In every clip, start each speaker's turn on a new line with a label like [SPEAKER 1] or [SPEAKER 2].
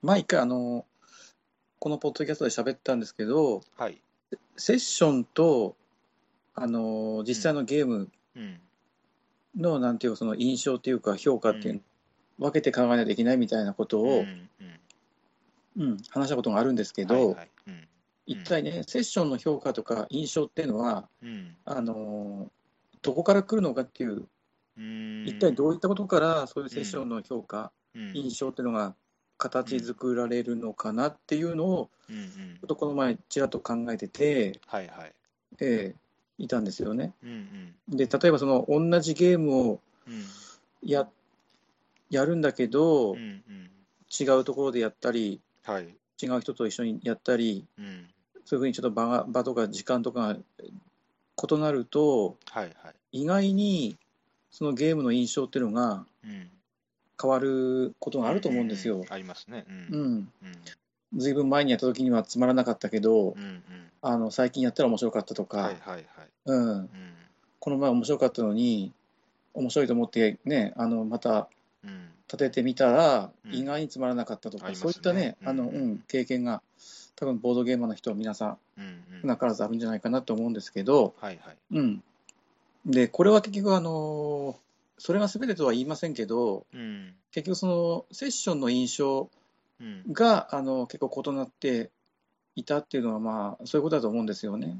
[SPEAKER 1] 毎回あのこのポッドキャストで喋ったんですけど
[SPEAKER 2] はい。
[SPEAKER 1] セッションとあの実際のゲーム
[SPEAKER 2] うん。
[SPEAKER 1] のなんていうかその印象っていうか評価っていうのを分けて考えないといけないみたいなことを、
[SPEAKER 2] うんうん
[SPEAKER 1] うん話したことがあるんですけど、
[SPEAKER 2] はいはいうん
[SPEAKER 1] 一体ねセッションの評価とか印象っていうのは
[SPEAKER 2] うん
[SPEAKER 1] あのどこから来るのかっていう
[SPEAKER 2] うん
[SPEAKER 1] 一体どういったことからそういうセッションの評価、
[SPEAKER 2] うん
[SPEAKER 1] 印象っていうのが形作られるのかなっていうのを
[SPEAKER 2] うんうん
[SPEAKER 1] ちょっとこの前ちらっと考えてて、
[SPEAKER 2] はいはい。
[SPEAKER 1] えーいたんですよね。
[SPEAKER 2] うんうん
[SPEAKER 1] で例えばその同じゲームを
[SPEAKER 2] うん
[SPEAKER 1] ややるんだけど、
[SPEAKER 2] うんうん
[SPEAKER 1] 違うところでやったり
[SPEAKER 2] はい。
[SPEAKER 1] 違う人と一緒にやったり
[SPEAKER 2] うん
[SPEAKER 1] そういうふうにちょっと場が場とか時間とかが異なると
[SPEAKER 2] はいはい。
[SPEAKER 1] 意外にそのゲームの印象っていうのが
[SPEAKER 2] うん
[SPEAKER 1] 変わることがあると思うんですよ。
[SPEAKER 2] ありますね。
[SPEAKER 1] う
[SPEAKER 2] う
[SPEAKER 1] んん、
[SPEAKER 2] うん
[SPEAKER 1] ずいぶん前にやった時にはつまらなかったけど
[SPEAKER 2] うんうん
[SPEAKER 1] あの最近やったら面白かったとか、
[SPEAKER 2] はいはいはい。
[SPEAKER 1] うん、
[SPEAKER 2] う
[SPEAKER 1] この前面白かったのに面白いと思ってねあのまた
[SPEAKER 2] んうん
[SPEAKER 1] 立ててみたら
[SPEAKER 2] うん
[SPEAKER 1] 意外につまらなかったとか、
[SPEAKER 2] あります
[SPEAKER 1] そう
[SPEAKER 2] ね
[SPEAKER 1] いったね、
[SPEAKER 2] うん
[SPEAKER 1] あのうん、経験が多分ボードゲーマーの人は皆さ
[SPEAKER 2] うんうん
[SPEAKER 1] んなからずあるんじゃないかなと思うんですけど、
[SPEAKER 2] はいはい。
[SPEAKER 1] うん、でこれは結局あのそれが全てとは言いませんけど
[SPEAKER 2] うん
[SPEAKER 1] 結局そのセッションの印象
[SPEAKER 2] うん
[SPEAKER 1] があの結構異なっていたっていうのはまあそういうことだと思うんですよね。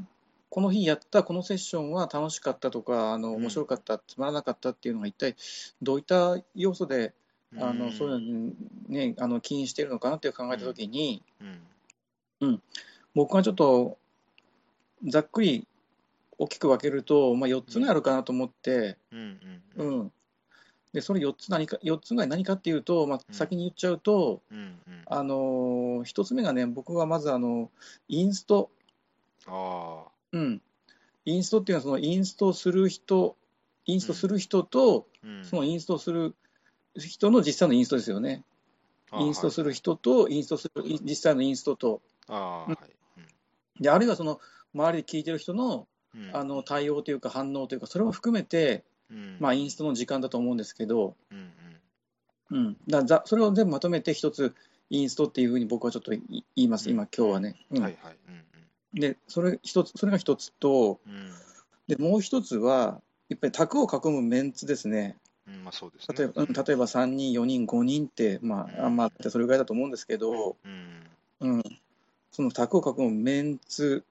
[SPEAKER 1] この日やったこのセッションは楽しかったとかあの
[SPEAKER 2] うん
[SPEAKER 1] 面白かった、つまらなかったっていうのが一体どういった要素であのそういうのにねあの起因しているのかなって考えた時に、
[SPEAKER 2] うん
[SPEAKER 1] 僕はちょっとざっくり大きく分けると、まあ、4つぐらいあるかなと思って、
[SPEAKER 2] うんう
[SPEAKER 1] うんんでそれ4つ何か4つぐらい何かっていうと、まあ、先に言っちゃうと、
[SPEAKER 2] うんうんあ
[SPEAKER 1] あのー一つ目がね、僕はまずあのインスト、
[SPEAKER 2] あ
[SPEAKER 1] うん、インストっていうのは、そのインストする人、インストする人と、
[SPEAKER 2] うん
[SPEAKER 1] そのインストする人の実際のインストですよね、
[SPEAKER 2] あー
[SPEAKER 1] インストする
[SPEAKER 2] はい
[SPEAKER 1] 人と、インストするい実際のインストと、
[SPEAKER 2] あーはい
[SPEAKER 1] であるいはその周りで聞いてる人の
[SPEAKER 2] うんうん
[SPEAKER 1] あの対応というか、反応というか、それも含めて、
[SPEAKER 2] うん
[SPEAKER 1] まあ、インストの時間だと思うんですけど、
[SPEAKER 2] うんうん
[SPEAKER 1] うん、だざそれを全部まとめて、一つ、インストっていうふうに僕はちょっとい言います、今、今日はね。うん
[SPEAKER 2] はいはいうん
[SPEAKER 1] でそれ一つそれが一つと
[SPEAKER 2] うん
[SPEAKER 1] でもう一つはやっぱり卓を囲むメンツですね
[SPEAKER 2] うんうんまあそうですね
[SPEAKER 1] 例えば,、うん、例えば3人4人5人ってま
[SPEAKER 2] うん
[SPEAKER 1] ああんまあってそれぐらいだと思うんですけど、
[SPEAKER 2] うん
[SPEAKER 1] うん、その卓を囲むメンツ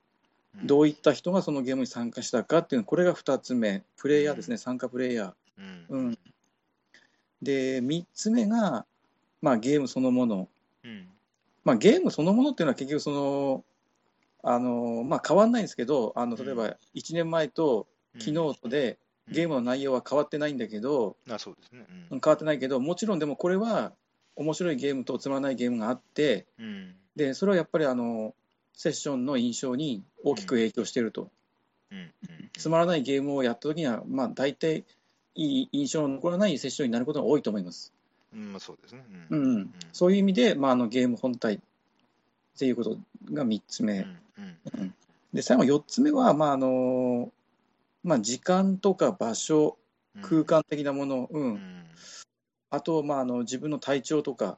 [SPEAKER 2] うん
[SPEAKER 1] どういった人がそのゲームに参加したかっていうのこれが2つ目プレイヤーですね、
[SPEAKER 2] うん
[SPEAKER 1] 参加プレイヤー
[SPEAKER 2] うん
[SPEAKER 1] うんで3つ目が、まあ、ゲームそのもの、
[SPEAKER 2] うん
[SPEAKER 1] まあ、ゲームそのものっていうのは結局そのあの、まあ、変わんないんですけどあの例えば1年前と昨日とでゲームの内容は変わってないんだけど、
[SPEAKER 2] あそうですねう
[SPEAKER 1] 変
[SPEAKER 2] ん
[SPEAKER 1] わってないけどもちろんでもこれは面白いゲームとつまらないゲームがあって
[SPEAKER 2] うん
[SPEAKER 1] でそれはやっぱりあのセッションの印象に大きく影響していると、
[SPEAKER 2] うんうん
[SPEAKER 1] つまらないゲームをやった時にはまあ大体いい印象の残らないセッションになることが多いと思います、
[SPEAKER 2] うんまあそうですね
[SPEAKER 1] う
[SPEAKER 2] うんん
[SPEAKER 1] そういう意味で、まあ、あのゲーム本体っていうことが3つ目、
[SPEAKER 2] うんうんうん
[SPEAKER 1] で最後4つ目は、まああのまあ、時間とか場所
[SPEAKER 2] うん
[SPEAKER 1] 空間的なもの、う
[SPEAKER 2] うんん
[SPEAKER 1] あと、まあ、あの自分の体調とか、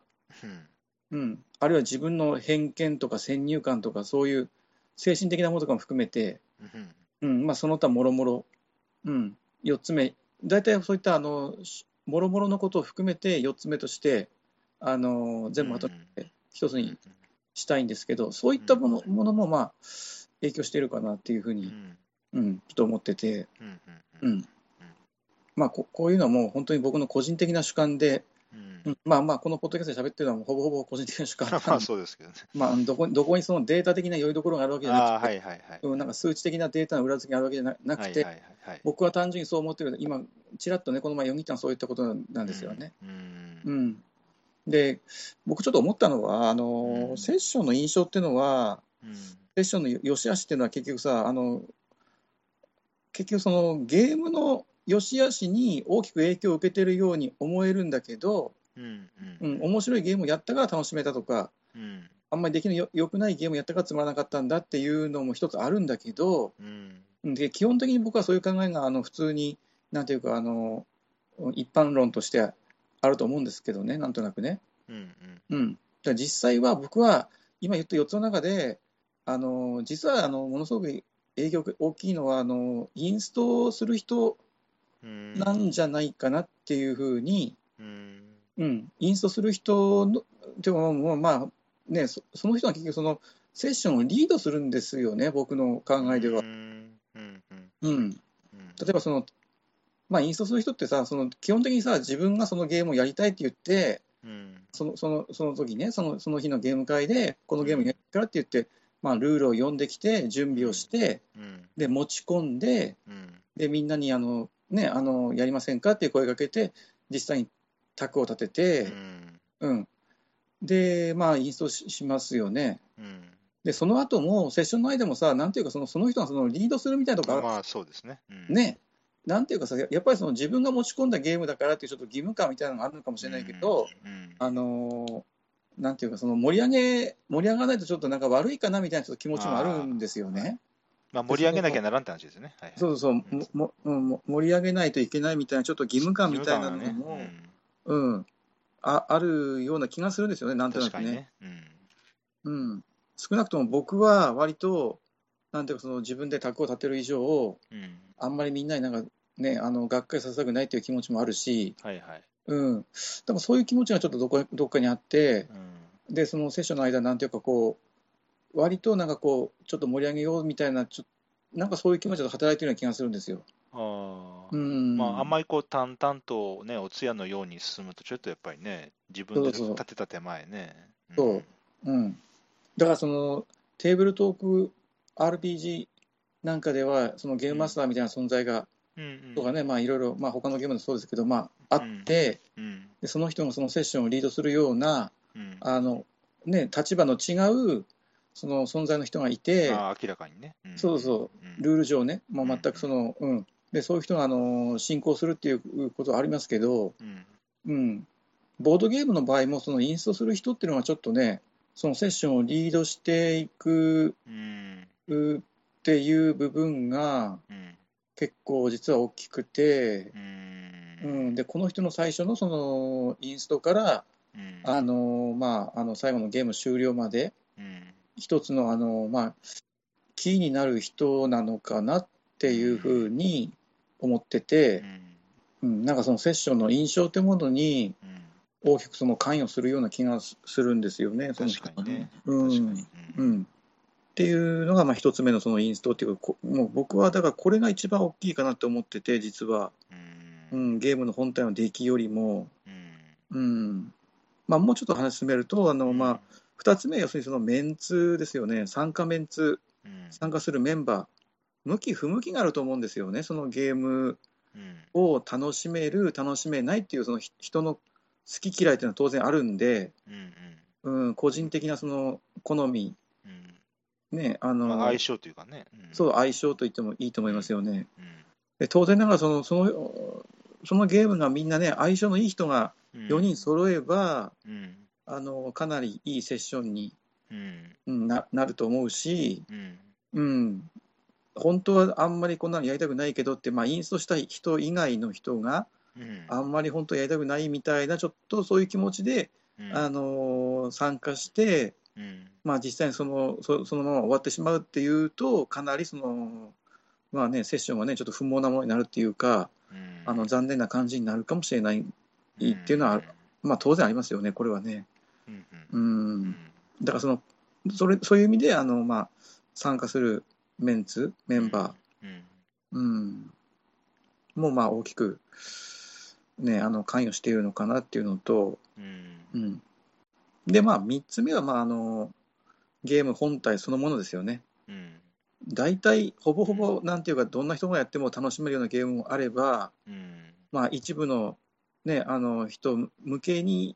[SPEAKER 2] うん
[SPEAKER 1] うん、あるいは自分の偏見とか先入観とか、そういう精神的なものとかも含めて、
[SPEAKER 2] うん
[SPEAKER 1] うんまあ、その他もろもろ、うん、4つ目、大体そういったあのしもろもろのことを含めて4つ目として、あの全部まとめて一つ
[SPEAKER 2] うん
[SPEAKER 1] にしたいんですけど、そういったものものも、まあ、影響しているかなっていうふう
[SPEAKER 2] うんう
[SPEAKER 1] に、
[SPEAKER 2] ん
[SPEAKER 1] うん、ちょっと思ってて、
[SPEAKER 2] うんう
[SPEAKER 1] うんんまあ、ここういうのはもう本当に僕の個人的な主観で、
[SPEAKER 2] うん
[SPEAKER 1] うん、まあまあ、このポッドキャストで喋ってるのは、ほぼほぼ個人的な主観なんで
[SPEAKER 2] まあそうですけどね
[SPEAKER 1] まあ、どこにどこにそのデータ的な良いところがあるわけじゃなくて、
[SPEAKER 2] ああはいはいはい
[SPEAKER 1] うんなんか数値的なデータの裏付けがあるわけじゃななくて、
[SPEAKER 2] はいはいはいはい
[SPEAKER 1] 僕は単純にそう思ってるけど、今、ちらっとね、この前、読みたのそういったことなんですよね。
[SPEAKER 2] うん
[SPEAKER 1] うんで、僕ちょっと思ったのは、あのー
[SPEAKER 2] うん
[SPEAKER 1] セッションの印象っていうのは、
[SPEAKER 2] うん
[SPEAKER 1] セッションの良し悪しっていうのは結局さ、あの結局そのゲームの良し悪しに大きく影響を受けてるように思えるんだけど、
[SPEAKER 2] うん
[SPEAKER 1] う
[SPEAKER 2] うん
[SPEAKER 1] ん、面白いゲームをやったから楽しめたとか、
[SPEAKER 2] うん
[SPEAKER 1] あんまりできのよ良くないゲームやったからつまらなかったんだっていうのも一つあるんだけど、
[SPEAKER 2] うん
[SPEAKER 1] うんで基本的に僕はそういう考えがあの普通に、なんていうかあの、一般論としてあると思うんですけどね、なんとなくね。
[SPEAKER 2] うんうん
[SPEAKER 1] うん、じゃあ実際は僕は今言った4つの中であの実はあのものすごく影響が大きいのはあのインストする人
[SPEAKER 2] うん
[SPEAKER 1] なんじゃないかなっていうふうに、
[SPEAKER 2] うん
[SPEAKER 1] うん、インストする人のでももうまあねそその人は結局そのセッションをリードするんですよね僕の考えでは
[SPEAKER 2] う。んうんうん
[SPEAKER 1] うん、
[SPEAKER 2] うん
[SPEAKER 1] 例えばその、まあ、インストする人ってさその基本的にさ自分がそのゲームをやりたいって言って
[SPEAKER 2] うん
[SPEAKER 1] そのそのその時ねそのその日のゲーム会でこのゲームやるからって言って、まあ、ルールを読んできて準備をして
[SPEAKER 2] うん
[SPEAKER 1] で持ち込んで
[SPEAKER 2] うん
[SPEAKER 1] でみんなにあの、ねあの「やりませんか?」っていう声かけて実際に卓を立て
[SPEAKER 2] う
[SPEAKER 1] て、
[SPEAKER 2] ん
[SPEAKER 1] うんでまあインストししますよね。
[SPEAKER 2] うん
[SPEAKER 1] でその後もセッションの間もさなんていうかそのその人がそのリードするみたいなとこある
[SPEAKER 2] まあそうですね。うん
[SPEAKER 1] ね、なんていうかさ、ややっぱりその自分が持ち込んだゲームだからっていうちょっと義務感みたいなのがあるのかもしれないけど、、
[SPEAKER 2] うん
[SPEAKER 1] あのーなんていうか、その盛り上げ、盛り上がらないとちょっとなんか悪いかなみたいなちょっと気持ちもあるんですよね。
[SPEAKER 2] まあ、盛り上げなきゃならんって話ですよね。はいはい
[SPEAKER 1] そうそうそう、ももうんも盛り上げないといけないみたいな、ちょっと義務感みたいなの
[SPEAKER 2] 義務
[SPEAKER 1] も、
[SPEAKER 2] 感はね
[SPEAKER 1] うんあ、あるような気がするんですよね、な
[SPEAKER 2] うんん
[SPEAKER 1] とな
[SPEAKER 2] 確
[SPEAKER 1] く
[SPEAKER 2] か
[SPEAKER 1] ね。
[SPEAKER 2] にね。うん
[SPEAKER 1] うん、少なくとも僕は割と、なんていうか、その自分で卓を立てる以上、
[SPEAKER 2] うん
[SPEAKER 1] あんまりみんなになんかね、あの、がっかりさせたくないという気持ちもあるし、
[SPEAKER 2] はいはい。
[SPEAKER 1] うん、でもそういう気持ちがちょっとどこどっかにあって
[SPEAKER 2] うん
[SPEAKER 1] でそのセッションの間なんていうかこう割となんかこうちょっと盛り上げようみたいなちょなんかそういう気持ちが働いてるような気がするんですよ。
[SPEAKER 2] あ
[SPEAKER 1] う
[SPEAKER 2] ー
[SPEAKER 1] ん
[SPEAKER 2] まあ、あんまりこう淡々と、ね、お通夜のように進むと、ちょっとやっぱりね、自分で
[SPEAKER 1] そうそう
[SPEAKER 2] 立てた手前ね。ん
[SPEAKER 1] そううん、だからそのテーブルトーク RPG なんかではそのゲームマスターみたいな存在が、
[SPEAKER 2] うんうん
[SPEAKER 1] とかねまあいろいろ、まあ、他のゲームでもそうですけど、まあ、あって、
[SPEAKER 2] うん
[SPEAKER 1] でその人がそのセッションをリードするような
[SPEAKER 2] うん
[SPEAKER 1] あの、ね、立場の違うその存在の人がいて。
[SPEAKER 2] まあ明らかにね。ん
[SPEAKER 1] そうそ
[SPEAKER 2] うん
[SPEAKER 1] ルール上ね、まあ、
[SPEAKER 2] うん
[SPEAKER 1] 全くその、うん、でそういう人があの進行するっていうことはありますけど、
[SPEAKER 2] う
[SPEAKER 1] う
[SPEAKER 2] ん
[SPEAKER 1] ん、ボードゲームの場合も、そのインストする人っていうのはちょっとね、そのセッションをリードしていく
[SPEAKER 2] うん
[SPEAKER 1] うっていう部分が
[SPEAKER 2] うん
[SPEAKER 1] 結構実は大きくて、
[SPEAKER 2] うん
[SPEAKER 1] うん、でこの人の最初のそのインストから、
[SPEAKER 2] うん
[SPEAKER 1] あのまあ、あの最後のゲーム終了まで、
[SPEAKER 2] うん
[SPEAKER 1] 一つのあの、まあ、キーになる人なのかなっていうふうに思って
[SPEAKER 2] う
[SPEAKER 1] て、う
[SPEAKER 2] ん
[SPEAKER 1] ん、なんかそのセッションの印象というものに
[SPEAKER 2] うん
[SPEAKER 1] 大きくその関与するような気がするんですよね。その
[SPEAKER 2] 確かにね。
[SPEAKER 1] うん
[SPEAKER 2] 確かに。
[SPEAKER 1] う
[SPEAKER 2] うん
[SPEAKER 1] んっていうのがまあ一つ目のそのインストっていうかこもう僕はだからこれが一番大きいかなって思ってて実は、う
[SPEAKER 2] うん
[SPEAKER 1] ん、ゲームの本体の出来よりも、
[SPEAKER 2] う
[SPEAKER 1] う
[SPEAKER 2] ん
[SPEAKER 1] んまあ、もうちょっと話進めるとあの、まあ、二つ目要するにそのメンツですよね参加メンツ
[SPEAKER 2] うん
[SPEAKER 1] 参加するメンバー向き不向きがあると思うんですよねそのゲーム
[SPEAKER 2] うん
[SPEAKER 1] を楽しめる楽しめないっていうそのひ人の好き嫌いっていうのは当然あるんで、
[SPEAKER 2] うんうん
[SPEAKER 1] うん、個人的なその好み
[SPEAKER 2] うん
[SPEAKER 1] ねあの、
[SPEAKER 2] まあ相性というかね。うん
[SPEAKER 1] そう相性と言ってもいいと思いますよね
[SPEAKER 2] うん
[SPEAKER 1] で当然ながらそのそのそのゲームがみんなね相性のいい人が
[SPEAKER 2] うん
[SPEAKER 1] 4人揃えば、
[SPEAKER 2] うん
[SPEAKER 1] あのかなりいいセッションに
[SPEAKER 2] うん
[SPEAKER 1] うんななると思うし、
[SPEAKER 2] うん
[SPEAKER 1] うん、本当はあんまりこんなのやりたくないけどって、まあ、インストしたい人以外の人が
[SPEAKER 2] うん
[SPEAKER 1] あんまり本当やりたくないみたいなちょっとそういう気持ちで、
[SPEAKER 2] うん
[SPEAKER 1] あのー参加して、
[SPEAKER 2] うん
[SPEAKER 1] まあ、実際にそのそそのまま終わってしまうっていうとかなりその、まあね、セッションがねちょっと不毛なものになるっていうか
[SPEAKER 2] うん
[SPEAKER 1] あの残念な感じになるかもしれない、っていうのはあるまあ、当然ありますよねこれはね。
[SPEAKER 2] うんう
[SPEAKER 1] うんん
[SPEAKER 2] うん
[SPEAKER 1] だからそのそれそういう意味であの、まあ、参加するメンツメンバー
[SPEAKER 2] うん
[SPEAKER 1] うん、もうまあ大きく、ね、あの関与しているのかなっていうのと、
[SPEAKER 2] うん
[SPEAKER 1] うん、でまあ3つ目はまああのゲーム本体そのものですよね。
[SPEAKER 2] うん
[SPEAKER 1] 大体ほぼほぼなんていうかどんな人がやっても楽しめるようなゲームもあれば、
[SPEAKER 2] うん
[SPEAKER 1] まあ、一部の,、ね、あの人向けに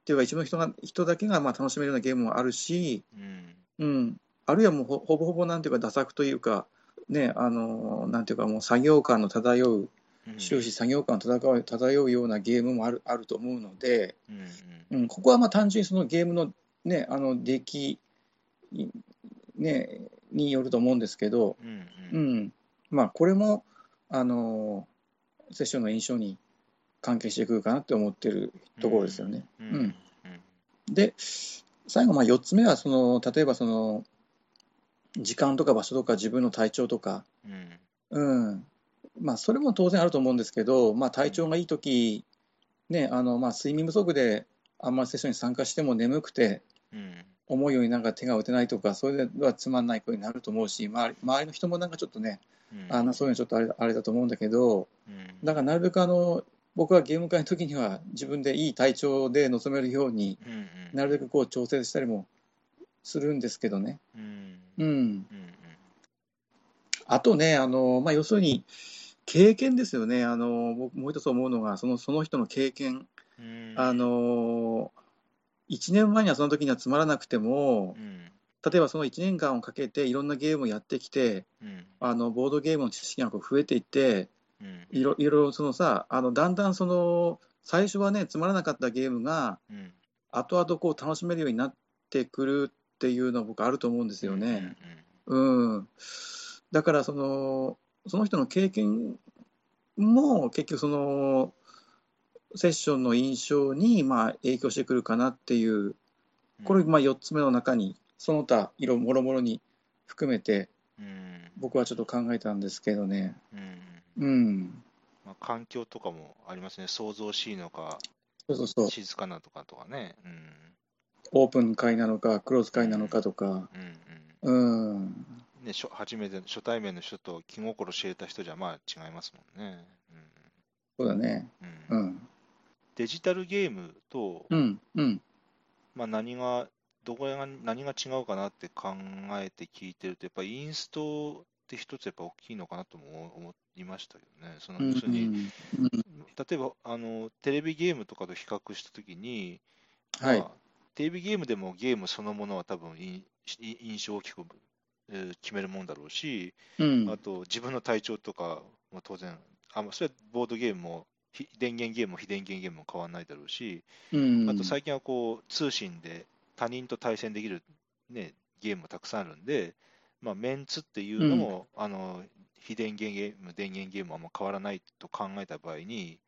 [SPEAKER 1] っていうか一部の人が人だけがまあ楽しめるようなゲームもあるし、
[SPEAKER 2] うん
[SPEAKER 1] うん、あるいはもうほほぼほぼなんていうかダ作というか、ね、あのなんていうかもう作業感の漂う
[SPEAKER 2] うん
[SPEAKER 1] 終始作業感漂う漂うようなゲームもあるあると思うので、
[SPEAKER 2] うんうん
[SPEAKER 1] うん、ここはまあ単純にそのゲームの,、ね、あの出来、いね、によると思うんですけど、
[SPEAKER 2] うんう
[SPEAKER 1] うんんまあ、これもあのセッションの印象に関係してくるかなって思ってるところですよね。
[SPEAKER 2] うん
[SPEAKER 1] うん
[SPEAKER 2] うん
[SPEAKER 1] で、最後、まあ4つ目はその、例えばその、時間とか場所とか自分の体調とか、
[SPEAKER 2] うん。
[SPEAKER 1] うん、まあ、それも当然あると思うんですけど、まあ、体調がいいとき、ね、あの、まあ、睡眠不足で、あんまりセッションに参加しても眠くて、
[SPEAKER 2] うん。
[SPEAKER 1] 思うようになんか手が打てないとか、それではつまんないことになると思うし、周り周りの人もなんかちょっとね、
[SPEAKER 2] うん
[SPEAKER 1] あのそういうのちょっとあれあれだと思うんだけど、
[SPEAKER 2] うん
[SPEAKER 1] だからなるべくあの僕はゲーム会の時には、自分でいい体調で臨めるように
[SPEAKER 2] うんうん
[SPEAKER 1] なるべくこう調整したりもするんですけどね。
[SPEAKER 2] うん
[SPEAKER 1] うん、
[SPEAKER 2] うんうん
[SPEAKER 1] あとね、あのまあ、要するに経験ですよね、あの僕もう一つ思うのが、そのその人の経験、
[SPEAKER 2] うん
[SPEAKER 1] あの1年前にはその時にはつまらなくても
[SPEAKER 2] う、ん
[SPEAKER 1] 例えばその1年間をかけていろんなゲームをやってきて、
[SPEAKER 2] うん
[SPEAKER 1] あのボードゲームの知識がこう増えていって、
[SPEAKER 2] うん
[SPEAKER 1] いろいろそのさあのだんだんその最初はねつまらなかったゲームが
[SPEAKER 2] うん
[SPEAKER 1] 後々こう楽しめるようになってくるっていうのは僕あると思うんですよね。うんだからそのその人の経験も結局そのセッションの印象にまあ影響してくるかなっていう
[SPEAKER 2] うん
[SPEAKER 1] これまあ4つ目の中にその他色もろもろに含めて
[SPEAKER 2] うん
[SPEAKER 1] 僕はちょっと考えたんですけどね。
[SPEAKER 2] うん
[SPEAKER 1] うん、
[SPEAKER 2] まあ環境とかもありますね騒々しいのか
[SPEAKER 1] そうそうそう
[SPEAKER 2] 静かなとかとかねうん
[SPEAKER 1] オープン会なのか、クローズ会なのかとか、う
[SPEAKER 2] うん
[SPEAKER 1] ん、
[SPEAKER 2] うんね初初めて初対面の人と気心知れた人じゃまあ違いますもんね
[SPEAKER 1] そうだね、
[SPEAKER 2] うんうん
[SPEAKER 1] うん、
[SPEAKER 2] デジタルゲームと
[SPEAKER 1] うん、うん、
[SPEAKER 2] まあ、何が、どこが、何が違うかなって考えて聞いてると、やっぱインストって一つやっぱ大きいのかなとも思いましたけどね。その、
[SPEAKER 1] うん、
[SPEAKER 2] 要するに、
[SPEAKER 1] うん
[SPEAKER 2] 例えば、あの、テレビゲームとかと比較したときに、
[SPEAKER 1] はい
[SPEAKER 2] まあ、テレビゲームでもゲームそのものは多分いい印象を大きく、えー決めるもんだろうし、
[SPEAKER 1] うん、
[SPEAKER 2] あと自分の体調とかも当然、あ、まあそれはボードゲームも、非電源ゲームも非電源ゲームも変わらないだろうし、
[SPEAKER 1] うん、
[SPEAKER 2] あと最近はこう通信で他人と対戦できる、ね、ゲームもたくさんあるんで、まあ、メンツっていうのも、あの非電源ゲーム、電源ゲームはあんま変わらないと考えた場合に、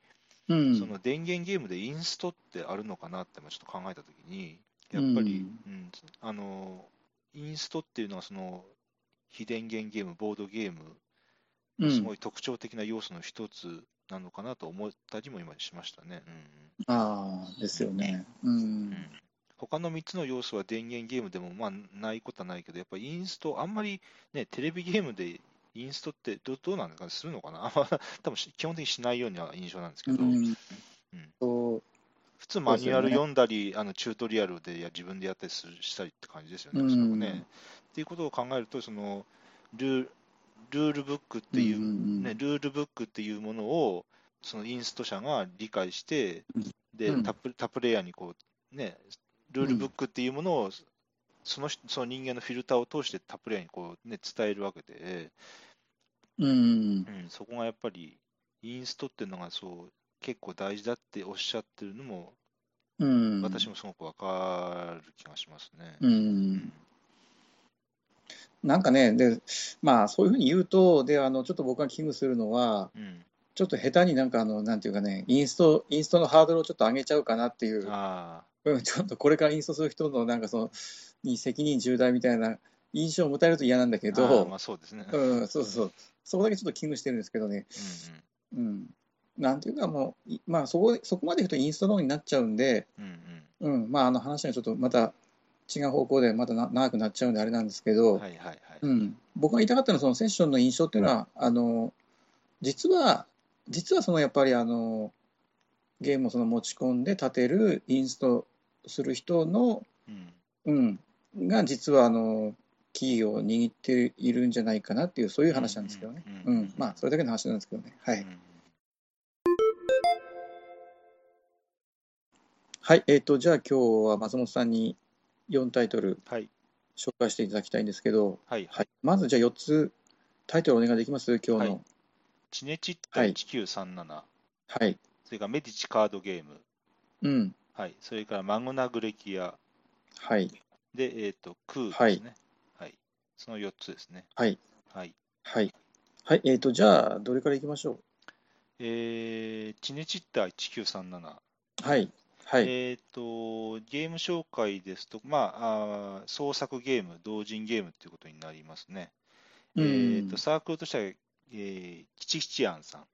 [SPEAKER 1] 近
[SPEAKER 2] その電源ゲームでインストってあるのかなってまあちょっと考えたときに、やっぱり、うんあのインストっていうのはその非電源ゲーム、ボードゲーム、すご
[SPEAKER 1] い、
[SPEAKER 2] い特徴的な要素の一つなのかなと思ったりも今しましたね。うん
[SPEAKER 1] うん、ああ、ですよね、うん、
[SPEAKER 2] 他の3つの要素は電源ゲームでもまあないことはないけど、やっぱインスト、あんまり、ね、テレビゲームでインストってどどうなんですかね、するのかな、あん ま多分し基本的にしないような印象なんですけ
[SPEAKER 1] う
[SPEAKER 2] ど、
[SPEAKER 1] ん
[SPEAKER 2] うん、
[SPEAKER 1] そう
[SPEAKER 2] 普通マニュ
[SPEAKER 1] そ
[SPEAKER 2] ア
[SPEAKER 1] うです
[SPEAKER 2] ル
[SPEAKER 1] よね
[SPEAKER 2] 読んだり、あのチュートリアルでや自分でやったりするしたりって感じですよね、
[SPEAKER 1] うん
[SPEAKER 2] おそらくね。っていうことを考えると、そのルールールブックっていう
[SPEAKER 1] うんうんうん
[SPEAKER 2] ね、ルールブックっていうものをそのインスト者が理解して
[SPEAKER 1] うん、
[SPEAKER 2] で
[SPEAKER 1] うん
[SPEAKER 2] タップタップレイヤーにこう、ね、ルールブックっていうものをその人その人間のフィルターを通してタップレイヤーにこう、ね、伝えるわけで、
[SPEAKER 1] うん
[SPEAKER 2] う、ん、そこがやっぱりインストっていうのがそう結構大事だっておっしゃってるのも
[SPEAKER 1] うん、
[SPEAKER 2] 私もすごくわかる気がしますね。
[SPEAKER 1] う、
[SPEAKER 2] うん
[SPEAKER 1] なんかね、で、まあ、そういうふうに言うと、で、あの、ちょっと僕が危惧するのは、
[SPEAKER 2] うん
[SPEAKER 1] ちょっと下手になんかあの、なんていうかね、インスト、インストのハードルをちょっと上げちゃうかなっていう。
[SPEAKER 2] あ
[SPEAKER 1] うん、ちょっとこれからインストする人のなんかそのに責任重大みたいな印象を持たれると嫌なんだけ
[SPEAKER 2] ーあー、
[SPEAKER 1] ど
[SPEAKER 2] ま、あそうですね。うんうん
[SPEAKER 1] うん、そうそう、そこだけちょっと危惧してるんですけどね、うん、なんていうかもう、いまあそこ、そこまでいくとインストの方になっちゃうんで、
[SPEAKER 2] うんうん
[SPEAKER 1] うん、まああの話がちょっとまた違う方向でまたな長くなっちゃうんであれなんですけど、
[SPEAKER 2] はいはいはい。
[SPEAKER 1] うん、僕が言いたかったのはそのセッションの印象っていうのは、あの実は実はそのやっぱりあのゲームをその持ち込んで立てるインストする人の
[SPEAKER 2] うん
[SPEAKER 1] うん、が実はあのキーを握っているんじゃないかなっていうそういう話なんですけどね。
[SPEAKER 2] う
[SPEAKER 1] うんん、まあそれだけの話なんですけどね。は
[SPEAKER 2] う
[SPEAKER 1] い
[SPEAKER 2] ん、
[SPEAKER 1] はい、えっ、とじゃあ今日は松本さんに4タイトル
[SPEAKER 2] はい
[SPEAKER 1] 紹介していただきたいんですけど、
[SPEAKER 2] はい。
[SPEAKER 1] はい、まずじゃあ4つタイトルお願いできます今日の。
[SPEAKER 2] チネチッタ
[SPEAKER 1] はい
[SPEAKER 2] 1937、
[SPEAKER 1] はい、
[SPEAKER 2] それからメディチカードゲーム、
[SPEAKER 1] うん、
[SPEAKER 2] はい、それからマグナグレキア、
[SPEAKER 1] はい、
[SPEAKER 2] で、えっと、クーですね。はい。その4つですね。
[SPEAKER 1] はい、
[SPEAKER 2] はい。
[SPEAKER 1] はい、はい、えっ、とじゃあどれからいきましょ
[SPEAKER 2] えーチネチッタ1937、
[SPEAKER 1] う。はい、はい。
[SPEAKER 2] えー、とゲーム紹介ですと、まあ、あー創作ゲーム、同人ゲームということになりますね。
[SPEAKER 1] うん
[SPEAKER 2] えー、とサークルとしては、えー、キチキチアンさんで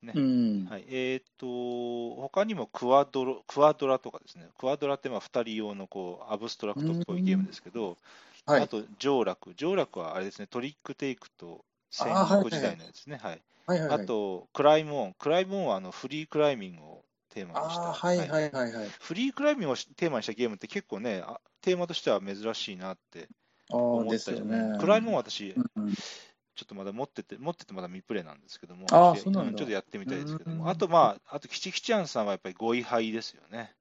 [SPEAKER 2] すね。
[SPEAKER 1] うん。
[SPEAKER 2] はいえー、と他にもクワドロクワドラとかですね、クワドラってまあ2人用のこうアブストラクトっぽいゲームですけど、
[SPEAKER 1] は
[SPEAKER 2] あ
[SPEAKER 1] い。
[SPEAKER 2] と上楽、上楽はあれですね、トリックテイクと戦
[SPEAKER 1] あーはい
[SPEAKER 2] 国時代のやつね、はい
[SPEAKER 1] はい。はい。
[SPEAKER 2] あとクライムオン、クライムオンはあのフリークライミングをテーマにした。
[SPEAKER 1] ああ、はいはいはいはい。
[SPEAKER 2] フリークライミングをしテーマにしたゲームって結構ね、あテーマとしては珍しいなって
[SPEAKER 1] ああ、
[SPEAKER 2] 思った
[SPEAKER 1] で
[SPEAKER 2] り
[SPEAKER 1] す
[SPEAKER 2] す
[SPEAKER 1] よ
[SPEAKER 2] る
[SPEAKER 1] ね。
[SPEAKER 2] クライムも私、ちょ
[SPEAKER 1] うん
[SPEAKER 2] っとまだ持ってて、持っててまだ未プレイなんですけども、
[SPEAKER 1] あー
[SPEAKER 2] で
[SPEAKER 1] そうなんだ
[SPEAKER 2] んちょっとやってみたいですけど
[SPEAKER 1] うん
[SPEAKER 2] も、あとまあ、あとキチキチアンさんはやっぱり5位杯ですよね。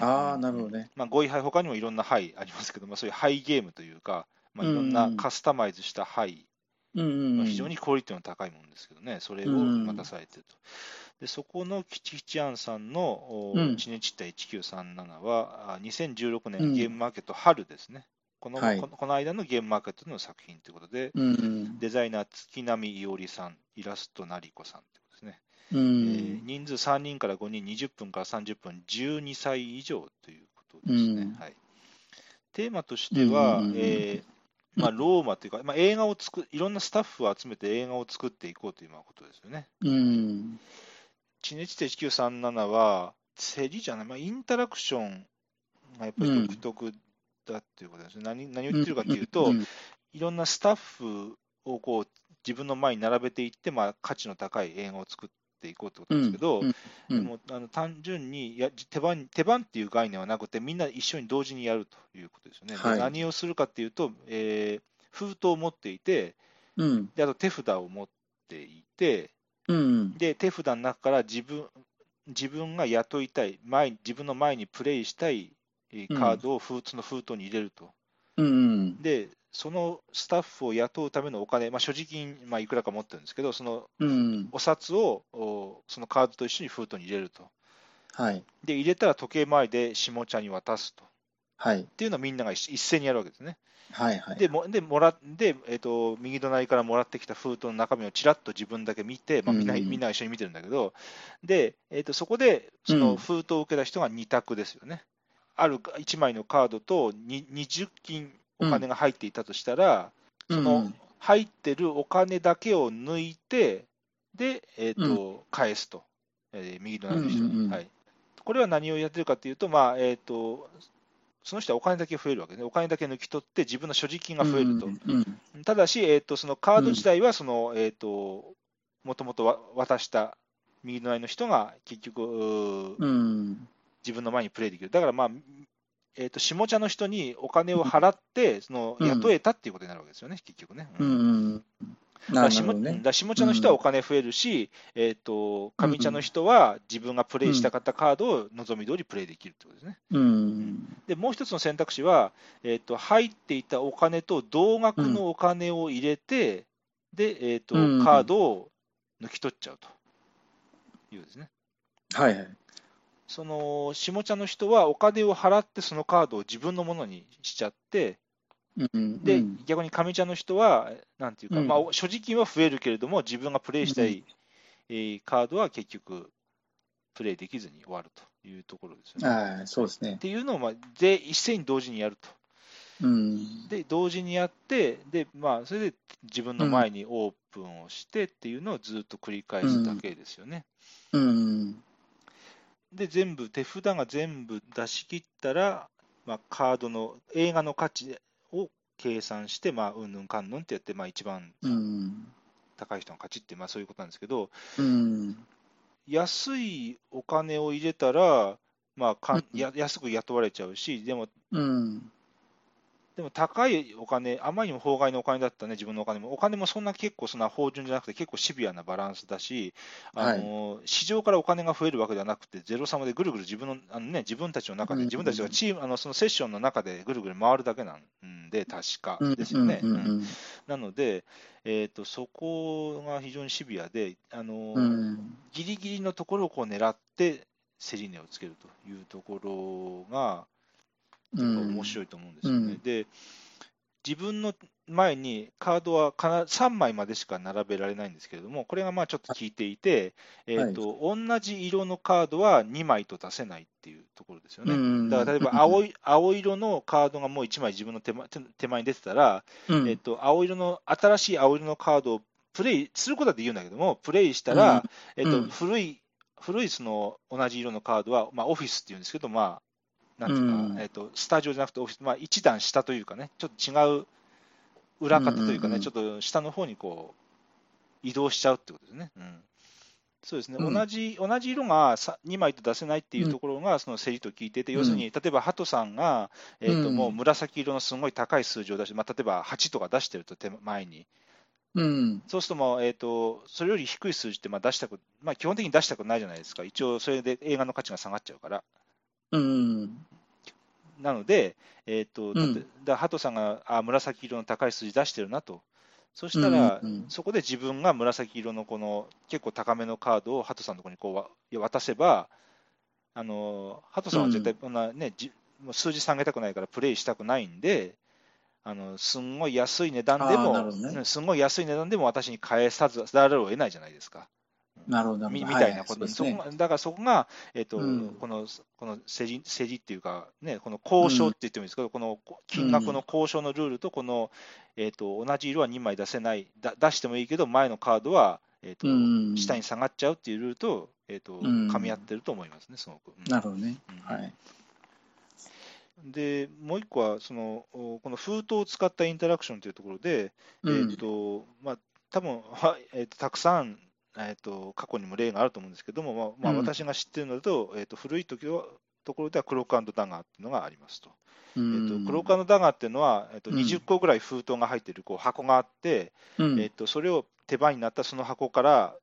[SPEAKER 1] あ
[SPEAKER 2] う
[SPEAKER 1] あ、
[SPEAKER 2] ん
[SPEAKER 1] なるほどね。
[SPEAKER 2] まあ、5位杯、他にもいろんな杯ありますけども、そういう杯ゲームというか、まあ、いろん
[SPEAKER 1] う
[SPEAKER 2] なんカスタマイズした杯
[SPEAKER 1] うんうん
[SPEAKER 2] ま
[SPEAKER 1] う
[SPEAKER 2] あ、
[SPEAKER 1] ん。
[SPEAKER 2] 非常にクオリティの高いものですけどね、それを
[SPEAKER 1] うん
[SPEAKER 2] またされてると。で、そこのキチキチアンさんのお
[SPEAKER 1] うん
[SPEAKER 2] チネチッタ1937は、あ2016
[SPEAKER 1] う
[SPEAKER 2] 年
[SPEAKER 1] ん
[SPEAKER 2] ゲームマーケット春ですね、この
[SPEAKER 1] はい
[SPEAKER 2] このこの間のゲームマーケットの作品ということで、
[SPEAKER 1] うん
[SPEAKER 2] デザイナー、月並いおりさん、イラスト、なりこさんということですね、
[SPEAKER 1] う
[SPEAKER 2] え
[SPEAKER 1] ん
[SPEAKER 2] ー。人数3人から5人、20分から30分、12歳以上ということですね。
[SPEAKER 1] うん
[SPEAKER 2] はい、テーマとしては、
[SPEAKER 1] うん
[SPEAKER 2] えーまあ、ローマというか、まあ、映画を作るいろんなスタッフを集めて映画を作っていこうというまあことですよね。
[SPEAKER 1] うん。
[SPEAKER 2] 地熱地1937は、競りじゃない、まあ、インタラクションがやっぱり独特だっていうことですね。何何を言ってるかというと、
[SPEAKER 1] ん
[SPEAKER 2] いろんなスタッフをこう自分の前に並べていって、まあ、価値の高い映画を作っていこうってことなんですけど、
[SPEAKER 1] うんうんうん
[SPEAKER 2] でもあの単純にや手番手番っていう概念はなくて、みんな一緒に同時にやるということですよね。で
[SPEAKER 1] はい
[SPEAKER 2] 何をするかっていうと、えー封筒を持っていて
[SPEAKER 1] うん。
[SPEAKER 2] で、あと手札を持っていて、
[SPEAKER 1] うん。
[SPEAKER 2] で手札の中から自分自分が雇いたい前、自分の前にプレイしたいえー
[SPEAKER 1] うん
[SPEAKER 2] カードを封筒の封筒に入れると。
[SPEAKER 1] うん。
[SPEAKER 2] で、そのスタッフを雇うためのお金、まあ、所持金、まあ、いくらか持ってるんですけど、その
[SPEAKER 1] うん。
[SPEAKER 2] お札をおそのカードと一緒に封筒に入れると。
[SPEAKER 1] はい。
[SPEAKER 2] で、入れたら時計回りで下茶に渡すと。っ
[SPEAKER 1] はい。
[SPEAKER 2] ていうのをみんなが一一斉にやるわけですね。
[SPEAKER 1] はいはい。
[SPEAKER 2] で、もでもらで、えっと右隣からもらってきた封筒の中身をちらっと自分だけ見て、まあ、みんな
[SPEAKER 1] うん
[SPEAKER 2] みんなが一緒に見てるんだけど、で、えっとそこでそうの
[SPEAKER 1] ん
[SPEAKER 2] 封筒を受けた人が2択ですよね。ある1枚のカードとに20金お金が入っていたとしたら、その入ってるお金だけを抜いて、で、えっと返すと、えー右隣の人
[SPEAKER 1] うんうんう
[SPEAKER 2] に、
[SPEAKER 1] ん
[SPEAKER 2] はい。これは何をやってるかというと、まあえっとその人はお金だけ増えるわけですね、お金だけ抜き取って、自分の所持金が増えると、
[SPEAKER 1] うん。
[SPEAKER 2] ただし、えっとそのカード自体はその、えっともともとわ渡した右隣の人が結局、うー
[SPEAKER 1] うん。
[SPEAKER 2] 自分の前にプレイできる、だから、まあえっと下茶の人にお金を払って、その
[SPEAKER 1] うん
[SPEAKER 2] 雇えたっていうことになるわけですよね、結局ね。
[SPEAKER 1] う
[SPEAKER 2] うん
[SPEAKER 1] ん。な
[SPEAKER 2] だ
[SPEAKER 1] る
[SPEAKER 2] し
[SPEAKER 1] ほ
[SPEAKER 2] も
[SPEAKER 1] どね。
[SPEAKER 2] だしもちゃの人はお金増えるし、えっ、と、上茶の人は自分がプレイしたかったカードを望み通りプレイできるってことですね。
[SPEAKER 1] うん。
[SPEAKER 2] で、もう一つの選択肢は、えっ、と、入っていたお金と同額のお金を入れて、で、えっ、と
[SPEAKER 1] うん、
[SPEAKER 2] カードを抜き取っちゃうというですね。
[SPEAKER 1] はいはい。
[SPEAKER 2] その、下茶の人はお金を払ってそのカードを自分のものにしちゃって、
[SPEAKER 1] うん。
[SPEAKER 2] で、
[SPEAKER 1] うん
[SPEAKER 2] 逆に上茶の人は、なんていうか、
[SPEAKER 1] うん
[SPEAKER 2] まあ、お所持金は増えるけれども、自分がプレイしたい、えーカードは結局、プレイできずに終わるというところですよね。
[SPEAKER 1] ああ、そうですね
[SPEAKER 2] っ。ていうのを、まあ、で一斉に同時にやると。
[SPEAKER 1] うん。
[SPEAKER 2] で、同時にやって、でまあ、それで自分の前にオープンをしてっていうのをずっと繰り返すだけですよね。
[SPEAKER 1] うん。
[SPEAKER 2] で、全部、手札が全部出し切ったら、まあ、カードの映画の価値を計算して、まあ、うんぬんかんぬんってやって、まあ、一番
[SPEAKER 1] うん。
[SPEAKER 2] 高い人の勝ちって、まあ、そういうことなんですけど、
[SPEAKER 1] うん。
[SPEAKER 2] 安いお金を入れたら、まあ、かん
[SPEAKER 1] うん
[SPEAKER 2] や安く雇われちゃうし、でも、
[SPEAKER 1] うん。
[SPEAKER 2] でも高いお金、あまりにも法外のお金だったね、自分のお金も、お金もそんな結構、そんな芳醇じゃなくて、結構シビアなバランスだし、あの市場からお金が増えるわけではなくて、ゼロサムでぐるぐる自分のあの、ね、自分たちの中
[SPEAKER 1] う
[SPEAKER 2] で、
[SPEAKER 1] ん
[SPEAKER 2] 自分たちがチーム、あのそのセッションの中でぐるぐる回るだけなんで、確か
[SPEAKER 1] うん。
[SPEAKER 2] ですよね。
[SPEAKER 1] うん。う
[SPEAKER 2] うん
[SPEAKER 1] ん
[SPEAKER 2] なので、えーと、そこが非常にシビアで、あの
[SPEAKER 1] うん。
[SPEAKER 2] ギリギリのところをこう狙って、セリーネをつけるというところが
[SPEAKER 1] うん。
[SPEAKER 2] 面白いと思うんですよね。
[SPEAKER 1] うん
[SPEAKER 2] で、自分の前にカードはかな3枚までしか並べられないんですけれども、これがまあちょっと効いていて、えーと同じ色のカードは2枚と出せないっていうところですよ
[SPEAKER 1] う
[SPEAKER 2] ね。
[SPEAKER 1] ん
[SPEAKER 2] だから 例えば青い青色のカードがもう1枚自分の手前手手前に出てたら、
[SPEAKER 1] うん
[SPEAKER 2] えっと、青色の、新しい青色のカードをプレイすることはできるんだけども、プレイしたら、えっと、
[SPEAKER 1] うん
[SPEAKER 2] 古い、古いその同じ色のカードは、まあ、オフィスっていうんですけど、まあ、なんていうか、
[SPEAKER 1] うん
[SPEAKER 2] えっと、スタジオじゃなくてオフィス、まあ、一段下というかね、ちょっと違う裏方という
[SPEAKER 1] うん
[SPEAKER 2] かね、
[SPEAKER 1] うんうん
[SPEAKER 2] ちょっと下の方にこう、移動しちゃうってことですね。うんそうですね、
[SPEAKER 1] うん
[SPEAKER 2] 同じ同じ色が2枚と出せないっていうところが、その競りと聞いてて、要するに、例えばハトさんが、えーと
[SPEAKER 1] うん
[SPEAKER 2] もう紫色のすごい高い数字を出して、まあ、例えば8とか出してると手前に、
[SPEAKER 1] うん
[SPEAKER 2] そうするともう、えーと、それより低い数字ってまあ出したく、まあ、基本的に出したくないじゃないですか、一応それで映画の価値が下がっちゃうから。
[SPEAKER 1] うん
[SPEAKER 2] なので、えーと
[SPEAKER 1] うん
[SPEAKER 2] だってだハトさんがあ紫色の高い数字出してるなと、そしたら、
[SPEAKER 1] うんうん
[SPEAKER 2] そこで自分が紫色のこの結構高めのカードをハトさんのところにこうわいや渡せば、あのハトさんは絶対こんな、ねじもう数字下げたくないからプレイしたくないんで、あのすんごい安い値段で
[SPEAKER 1] あー
[SPEAKER 2] も
[SPEAKER 1] なるほど、ね
[SPEAKER 2] うんすんごい安い値段でも私に返さざるを得ないじゃないですか。
[SPEAKER 1] なるほどなるほど
[SPEAKER 2] みみたいなこ
[SPEAKER 1] はい
[SPEAKER 2] と、
[SPEAKER 1] はい
[SPEAKER 2] そ
[SPEAKER 1] そうですね
[SPEAKER 2] こがだからそこが、えっと
[SPEAKER 1] うん
[SPEAKER 2] このこの世辞世辞っていうか、ね、この交渉って言ってもいいですけど、このこ金額の交渉のルールと、この、えっと同じ色は2枚出せない、だ出してもいいけど、前のカードは、えっと
[SPEAKER 1] うん
[SPEAKER 2] 下に下がっちゃうっていうルールと、えっと
[SPEAKER 1] うん
[SPEAKER 2] 噛み合ってると思いますね、すごく。うん
[SPEAKER 1] なるほどね。
[SPEAKER 2] うん
[SPEAKER 1] はい。
[SPEAKER 2] でもう一個はその、おこの封筒を使ったインタラクションというところで、え
[SPEAKER 1] うん
[SPEAKER 2] ーとまあ多分は、えー、とたくさん、えー、と過去にも例があると思うんですけども、まあまあ、
[SPEAKER 1] うん
[SPEAKER 2] 私が知っているのだと,、えー、と古い時はところではクロックダガーっていうのがありますと。えー、とクロックダガーっていうのは、えー、と
[SPEAKER 1] うん
[SPEAKER 2] 20個ぐらい封筒が入っているこう箱があって、
[SPEAKER 1] うん
[SPEAKER 2] えー、とそれを手番になったその箱か
[SPEAKER 1] う
[SPEAKER 2] ら、
[SPEAKER 1] ん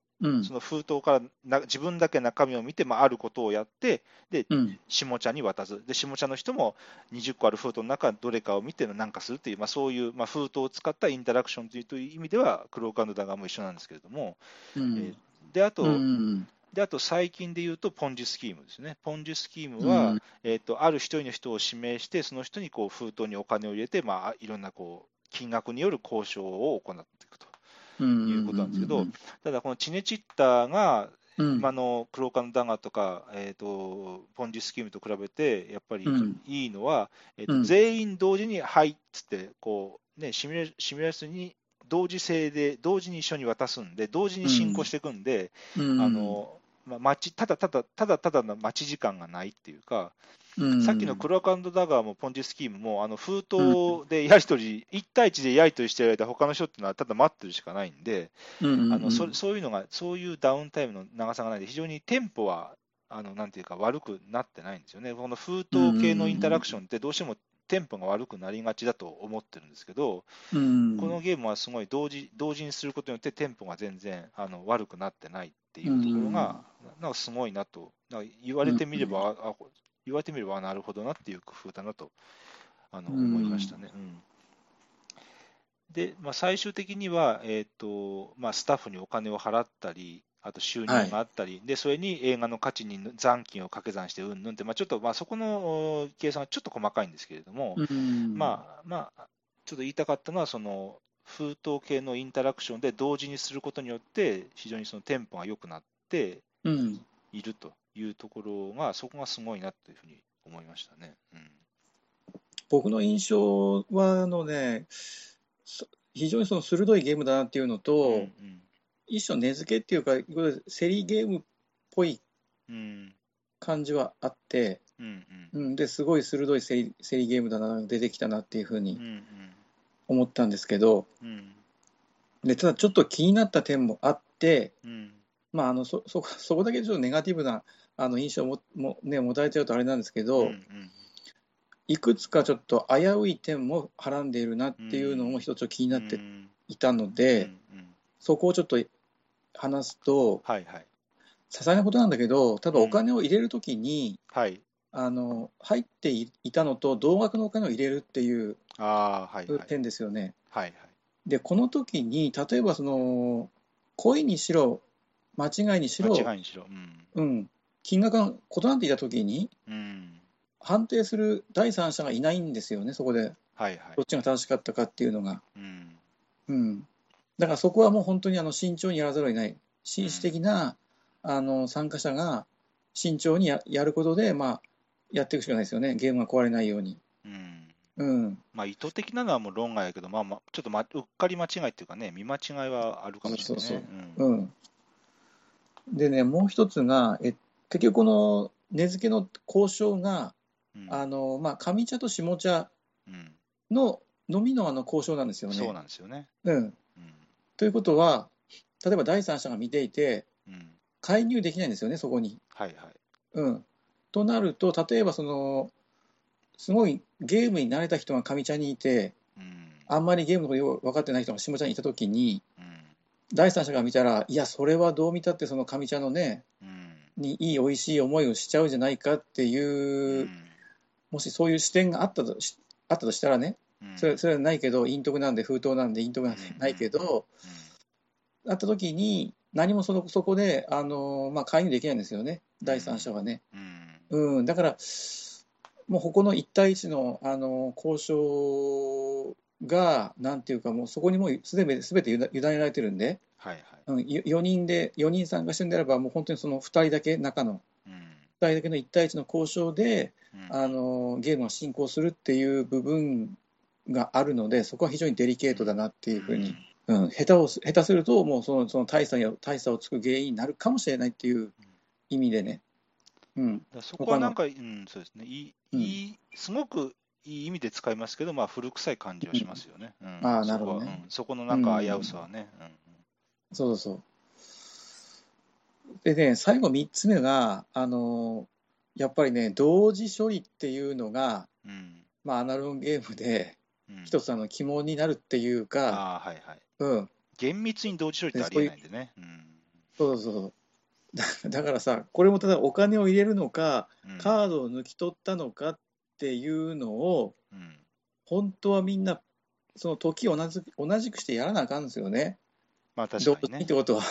[SPEAKER 2] その封筒からな自分だけ中身を見て、まあ、あることをやって、
[SPEAKER 1] うん
[SPEAKER 2] 下茶に渡すで下茶の人も20個ある封筒の中どれかを見てなんかするっていう、まあ、そういう、まあ、封筒を使ったインタラクションというという意味ではクローカンダガーも一緒なんですけれども、
[SPEAKER 1] うん
[SPEAKER 2] えーであと、
[SPEAKER 1] うん
[SPEAKER 2] であと最近で言うとポンジスキームですねポンジスキームは、
[SPEAKER 1] うん
[SPEAKER 2] えー、とある一人の人を指名してその人にこう封筒にお金を入れて、まあ、いろんなこう金額による交渉を行っていくと
[SPEAKER 1] うん
[SPEAKER 2] いうことなんですけど、ただこのチネチッタが
[SPEAKER 1] うん
[SPEAKER 2] 今のクローカンダガーとか、えー、とポンジスキームと比べて、やっぱり
[SPEAKER 1] うん
[SPEAKER 2] いいのは、えーと
[SPEAKER 1] うん
[SPEAKER 2] 全員同時に、はいっつってこう、ね、シミュレシミュレーションに同時性で、同時に一緒に渡すんで、同時に進行していくんで、
[SPEAKER 1] うん
[SPEAKER 2] あのま待ちただただただただの待ち時間がないっていうか、
[SPEAKER 1] うん
[SPEAKER 2] さっきのクロークダガーもポンジスキームも、あの封筒でやり取り、1対1でやり取りしてる間、他の人っていうのはただ待ってるしかないんで。あのそそういうのが、そういうダウンタイムの長さがないで、非常にテンポはあのなんていうか、悪くなってないんですよね、この封筒系のインタラクションって、どうしてもテンポが悪くなりがちだと思ってるんですけど、
[SPEAKER 1] うん
[SPEAKER 2] このゲームはすごい同時同時にすることによって、テンポが全然あの悪くなってないっていうところが、なんかすごいなと、なんか言われてみれば、ああ言われてみれば、あなるほどなっていう工夫だなとあの
[SPEAKER 1] うん
[SPEAKER 2] 思いましたね。うんで、まあ、最終的には、えーとまあ、スタッフにお金を払ったり、あと収入があったり、でそれに映画の価値に残金を掛け算してうんぬんって、まあ、ちょっと、まあ、そこのお計算はちょっと細かいんですけれども、
[SPEAKER 1] うん
[SPEAKER 2] まあまあ、ちょっと言いたかったのは、その封筒系のインタラクションで同時にすることによって、非常にそのテンポが良くなって
[SPEAKER 1] うん
[SPEAKER 2] いるというところが、そこがすごいなというふうに思いましたね。うん
[SPEAKER 1] 僕の印象はあのねそ非常にその鋭いゲームだなっていうのと、
[SPEAKER 2] うん
[SPEAKER 1] 一種の根付けっていうかいわゆる競りゲームっぽい
[SPEAKER 2] うん
[SPEAKER 1] 感じはあって、
[SPEAKER 2] うんうん
[SPEAKER 1] うん、ですごい鋭い競り競りゲームだな出てきたなっていうふう
[SPEAKER 2] うんう
[SPEAKER 1] に
[SPEAKER 2] ん
[SPEAKER 1] 思ったんですけど
[SPEAKER 2] うん
[SPEAKER 1] でただちょっと気になった点もあって、
[SPEAKER 2] うん
[SPEAKER 1] まあ、あのそ そこそこだけちょっとネガティブなあの印象もも、ね、持たれちゃうとあれなんですけど、
[SPEAKER 2] うんうん
[SPEAKER 1] いくつかちょっと危うい点もはらんでいるなっていうのも一つ気になって
[SPEAKER 2] うん
[SPEAKER 1] いたの
[SPEAKER 2] うん
[SPEAKER 1] で、
[SPEAKER 2] うん
[SPEAKER 1] そこをちょっと話すと
[SPEAKER 2] はいはい
[SPEAKER 1] 些細なことなんだけど例えばお金を入れるときに、
[SPEAKER 2] はい
[SPEAKER 1] あの入っていたのと同額のお金を入れるっていう
[SPEAKER 2] ああはいはいはい
[SPEAKER 1] 点ですよね。
[SPEAKER 2] はい
[SPEAKER 1] でこの時に例えばその恋にしろ間違いにしろ、
[SPEAKER 2] 間違いにしろうん
[SPEAKER 1] うん、金額が異なっていた時に
[SPEAKER 2] うん
[SPEAKER 1] 判定する第三者がいないんですよねそこで。
[SPEAKER 2] はいはい
[SPEAKER 1] どっ。ちが正しかったかっていうのが、
[SPEAKER 2] うん。
[SPEAKER 1] うん、だからそこはもう本当にあの慎重にやらざるを得ない、紳士的な、あの参加者が慎重にややることで、まあ、やっていくしかないですよね、ゲームが壊れないように。
[SPEAKER 2] うん。
[SPEAKER 1] うん、
[SPEAKER 2] まあ、意図的なのはもう論外やけど、まあまあ、ちょっと、ま、うっかり間違いっていうかね、見間違いはあるかもしれないね。
[SPEAKER 1] そうそう
[SPEAKER 2] うん
[SPEAKER 1] うん、でね、もう一つが、え結局、この根付けの交渉が、
[SPEAKER 2] うん
[SPEAKER 1] あのまあ、上茶と下茶
[SPEAKER 2] うん
[SPEAKER 1] ののみのあの交渉なんですよね。
[SPEAKER 2] そうなんですよね。
[SPEAKER 1] うん、
[SPEAKER 2] うん
[SPEAKER 1] ということは、例えば第三者が見ていて、
[SPEAKER 2] うん。
[SPEAKER 1] 介入できないんですよね、そこに。
[SPEAKER 2] はいはい。
[SPEAKER 1] うん、となると、例えばその、すごいゲームに慣れた人が上茶にいて、
[SPEAKER 2] うん。
[SPEAKER 1] あんまりゲームのことよく分かってない人が下茶にいたときに、
[SPEAKER 2] うん。
[SPEAKER 1] 第三者が見たら、いや、それはどう見たって、その上茶のね、
[SPEAKER 2] うん。
[SPEAKER 1] にいい、おいしい思いをしちゃうじゃないかって
[SPEAKER 2] う
[SPEAKER 1] いう、
[SPEAKER 2] ん
[SPEAKER 1] もしそういう視点があったとしあったとしたらね、
[SPEAKER 2] うん
[SPEAKER 1] それそれはないけど、陰徳なんで、封筒なんで、陰徳なんで
[SPEAKER 2] うん
[SPEAKER 1] ないけど、
[SPEAKER 2] うん
[SPEAKER 1] あったときに、何もそのそこで、あのまあ、介入できないんですよね、第三者はね。
[SPEAKER 2] うん
[SPEAKER 1] うん、だから、もうここの一対一の、あの交渉が、なんていうか、もうそこにもうすでにすべて委ね委ねられてるんで、
[SPEAKER 2] はいはい。
[SPEAKER 1] うん、4人で、4人参加してるんであれば、もう本当にその2人だけ、中の
[SPEAKER 2] うん
[SPEAKER 1] 2人だけの一対一の交渉で、
[SPEAKER 2] うん
[SPEAKER 1] あのゲームが進行するっていう部分があるので、そこは非常にデリケートだなっていうふうに、うん、下手をす下手すると、もうそのその大差に大差をつく原因になるかもしれないっていう意味でね。うん
[SPEAKER 2] だからそこはなんか、うん、そうですね、いい、いいすごくいい意味で使いますけど、まあ、古臭い感じはしますよね。うん
[SPEAKER 1] ああなるほどね
[SPEAKER 2] そこはうんそこのなんか危うさはね。
[SPEAKER 1] そうそうそう。でね、最後3つ目が、あのーやっぱりね、同時処理っていうのが、
[SPEAKER 2] うんうん
[SPEAKER 1] まあ、アナログゲームで
[SPEAKER 2] うん
[SPEAKER 1] 一つあの鬼門になるっていうか、
[SPEAKER 2] ああ、はいはい。
[SPEAKER 1] うん、
[SPEAKER 2] 厳密に同時処理ってありえないんでね。うん
[SPEAKER 1] そうそうそう。だだからさ、これもただお金を入れるのか、
[SPEAKER 2] うん
[SPEAKER 1] カードを抜き取ったのかっていうのを、
[SPEAKER 2] うん
[SPEAKER 1] 本当はみんな、その時を同じ同じくしてやらなあかんですよね。
[SPEAKER 2] まあ、
[SPEAKER 1] 同時
[SPEAKER 2] 確か
[SPEAKER 1] に
[SPEAKER 2] に
[SPEAKER 1] っ
[SPEAKER 2] ね
[SPEAKER 1] て。ことは、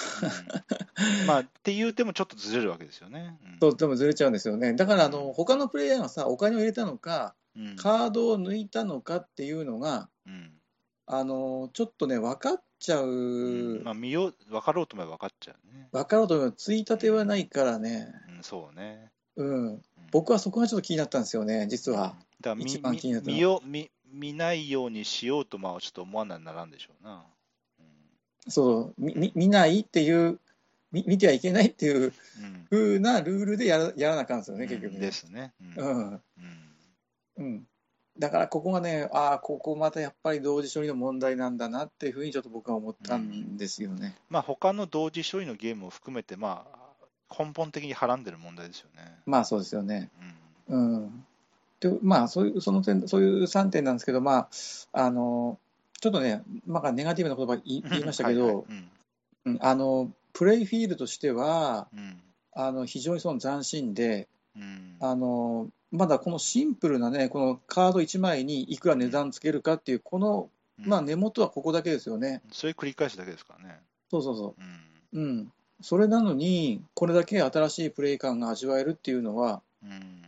[SPEAKER 2] うんまあ、って言うてもちょっとずれるわけですよね。うん
[SPEAKER 1] とってもずれちゃうんですよね。だからあの、他のプレイヤーがさ、お金を入れたのか、
[SPEAKER 2] うん
[SPEAKER 1] カードを抜いたのかっていうのが、
[SPEAKER 2] うん
[SPEAKER 1] あのちょっとね、分かっちゃう、
[SPEAKER 2] うんまあ、見よう、分かろうと思えば分かっちゃうね。
[SPEAKER 1] 分かろうと思えば、ついたてはないからね、
[SPEAKER 2] うん、そうね。
[SPEAKER 1] うん、
[SPEAKER 2] うん
[SPEAKER 1] 僕はそこがちょっと気になったんですよね、実は。
[SPEAKER 2] だから見
[SPEAKER 1] 一番気になったのは
[SPEAKER 2] 見よ見見ないようにしようとまあちょっと思わないならんでしょうな。
[SPEAKER 1] そうみみ見ないっていう見、見てはいけないっていう
[SPEAKER 2] うんうん
[SPEAKER 1] 風なルールでやらやらなあかんですよね、結局
[SPEAKER 2] うん
[SPEAKER 1] ね。
[SPEAKER 2] ですね。うん
[SPEAKER 1] うん
[SPEAKER 2] うん
[SPEAKER 1] うん、だからここがね、ああ、ここまたやっぱり同時処理の問題なんだなっていうふうにちょっと僕は思ったんですよね。
[SPEAKER 2] まあ他の同時処理のゲームを含めてまあ根本的にはらんでる問題ですよね。
[SPEAKER 1] まあそうですよね。
[SPEAKER 2] うん
[SPEAKER 1] うんでまあ、そういうその点そういう3点なんですけど、まあ、あのちょっとね、まあ、ネガティブな言葉言い言いましたけど
[SPEAKER 2] はいはいうん
[SPEAKER 1] うんあのプレイフィールとしては
[SPEAKER 2] うん
[SPEAKER 1] あの非常にその斬新で
[SPEAKER 2] うん
[SPEAKER 1] あのまだこのシンプルな、ね、このカード1枚にいくら値段つけるかっていうこの、
[SPEAKER 2] うん
[SPEAKER 1] まあ、根元はここだけですよね。
[SPEAKER 2] それ繰り返すだけですからね。
[SPEAKER 1] そうそうそ
[SPEAKER 2] うん
[SPEAKER 1] う、うん、それなのにこれだけ新しいプレイ感が味わえるっていうのは
[SPEAKER 2] うん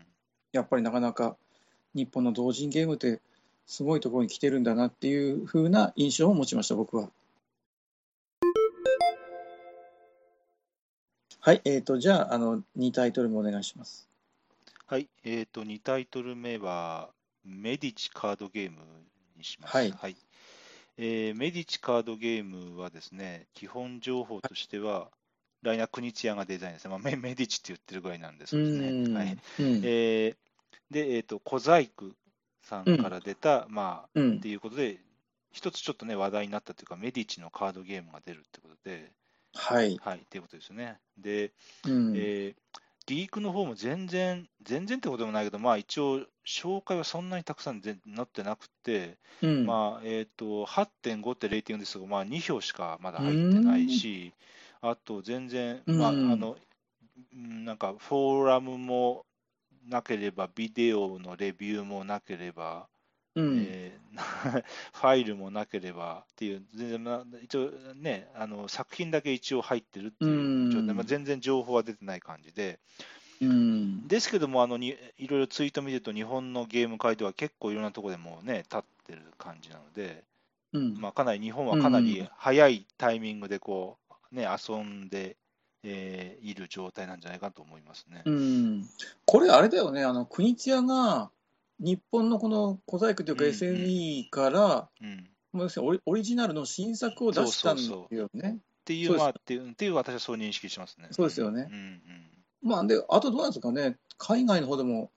[SPEAKER 1] やっぱりなかなか日本の同人ゲームってすごいところに来てるんだなっていう風な印象を持ちました僕は。はい、えー、とじゃああの2タイトルもお願いします。
[SPEAKER 2] はい、えー、と、2タイトル目は、メディチカードゲームにします。
[SPEAKER 1] はい
[SPEAKER 2] えーメディチカードゲームはですね、基本情報としては、ライナ・クニチアがデザインですね、まあメ、メディチって言ってるぐらいなんですけど
[SPEAKER 1] う
[SPEAKER 2] ね。
[SPEAKER 1] ん
[SPEAKER 2] はい
[SPEAKER 1] うん
[SPEAKER 2] えーで、えーと、小細工さんから出た、ま
[SPEAKER 1] う
[SPEAKER 2] あ、っ
[SPEAKER 1] ん
[SPEAKER 2] ていうことで、一つちょっとね、話題になったというか、メディチのカードゲームが出るってことで、
[SPEAKER 1] はい、
[SPEAKER 2] はい、っていうことですよね。で、
[SPEAKER 1] うん
[SPEAKER 2] えーリークの方も全然、全然ってことでもないけど、まあ、一応、紹介はそんなにたくさん全なってなくて、
[SPEAKER 1] うん
[SPEAKER 2] まあえー、と8.5ってレーティングですが、まあ、2票しかまだ入ってないし、あと全然、まああ
[SPEAKER 1] うん
[SPEAKER 2] の、うんなんかフォーラムもなければ、ビデオのレビューもなければ、
[SPEAKER 1] うん
[SPEAKER 2] えー ファイルもなければっていう、全然な、一応ね、あの作品だけ一応入ってるっていう状態、
[SPEAKER 1] うん
[SPEAKER 2] まあ全然情報は出てない感じで、
[SPEAKER 1] うん、
[SPEAKER 2] ですけどもあのに、いろいろツイート見てると、日本のゲーム界では結構いろんなところでもうね、立ってる感じなので、
[SPEAKER 1] うん
[SPEAKER 2] まあ、かなり日本はかなり早いタイミングでこう、ね、遊んで、えーいる状態なんじゃないかと思いますね。
[SPEAKER 1] うん、これ、あれだよね、あの国千谷が日本のこの小細工というか、
[SPEAKER 2] うん
[SPEAKER 1] SNE から、
[SPEAKER 2] うん
[SPEAKER 1] もう要するにオリオリジナルの新作を出したんだ
[SPEAKER 2] そう
[SPEAKER 1] よね。
[SPEAKER 2] ってい
[SPEAKER 1] そうで
[SPEAKER 2] う、
[SPEAKER 1] す
[SPEAKER 2] まあ、っていう、っていう私はそう認識しますね。
[SPEAKER 1] そうですよね
[SPEAKER 2] うんうん
[SPEAKER 1] まあ、であとどうなんですかね、海外の方でも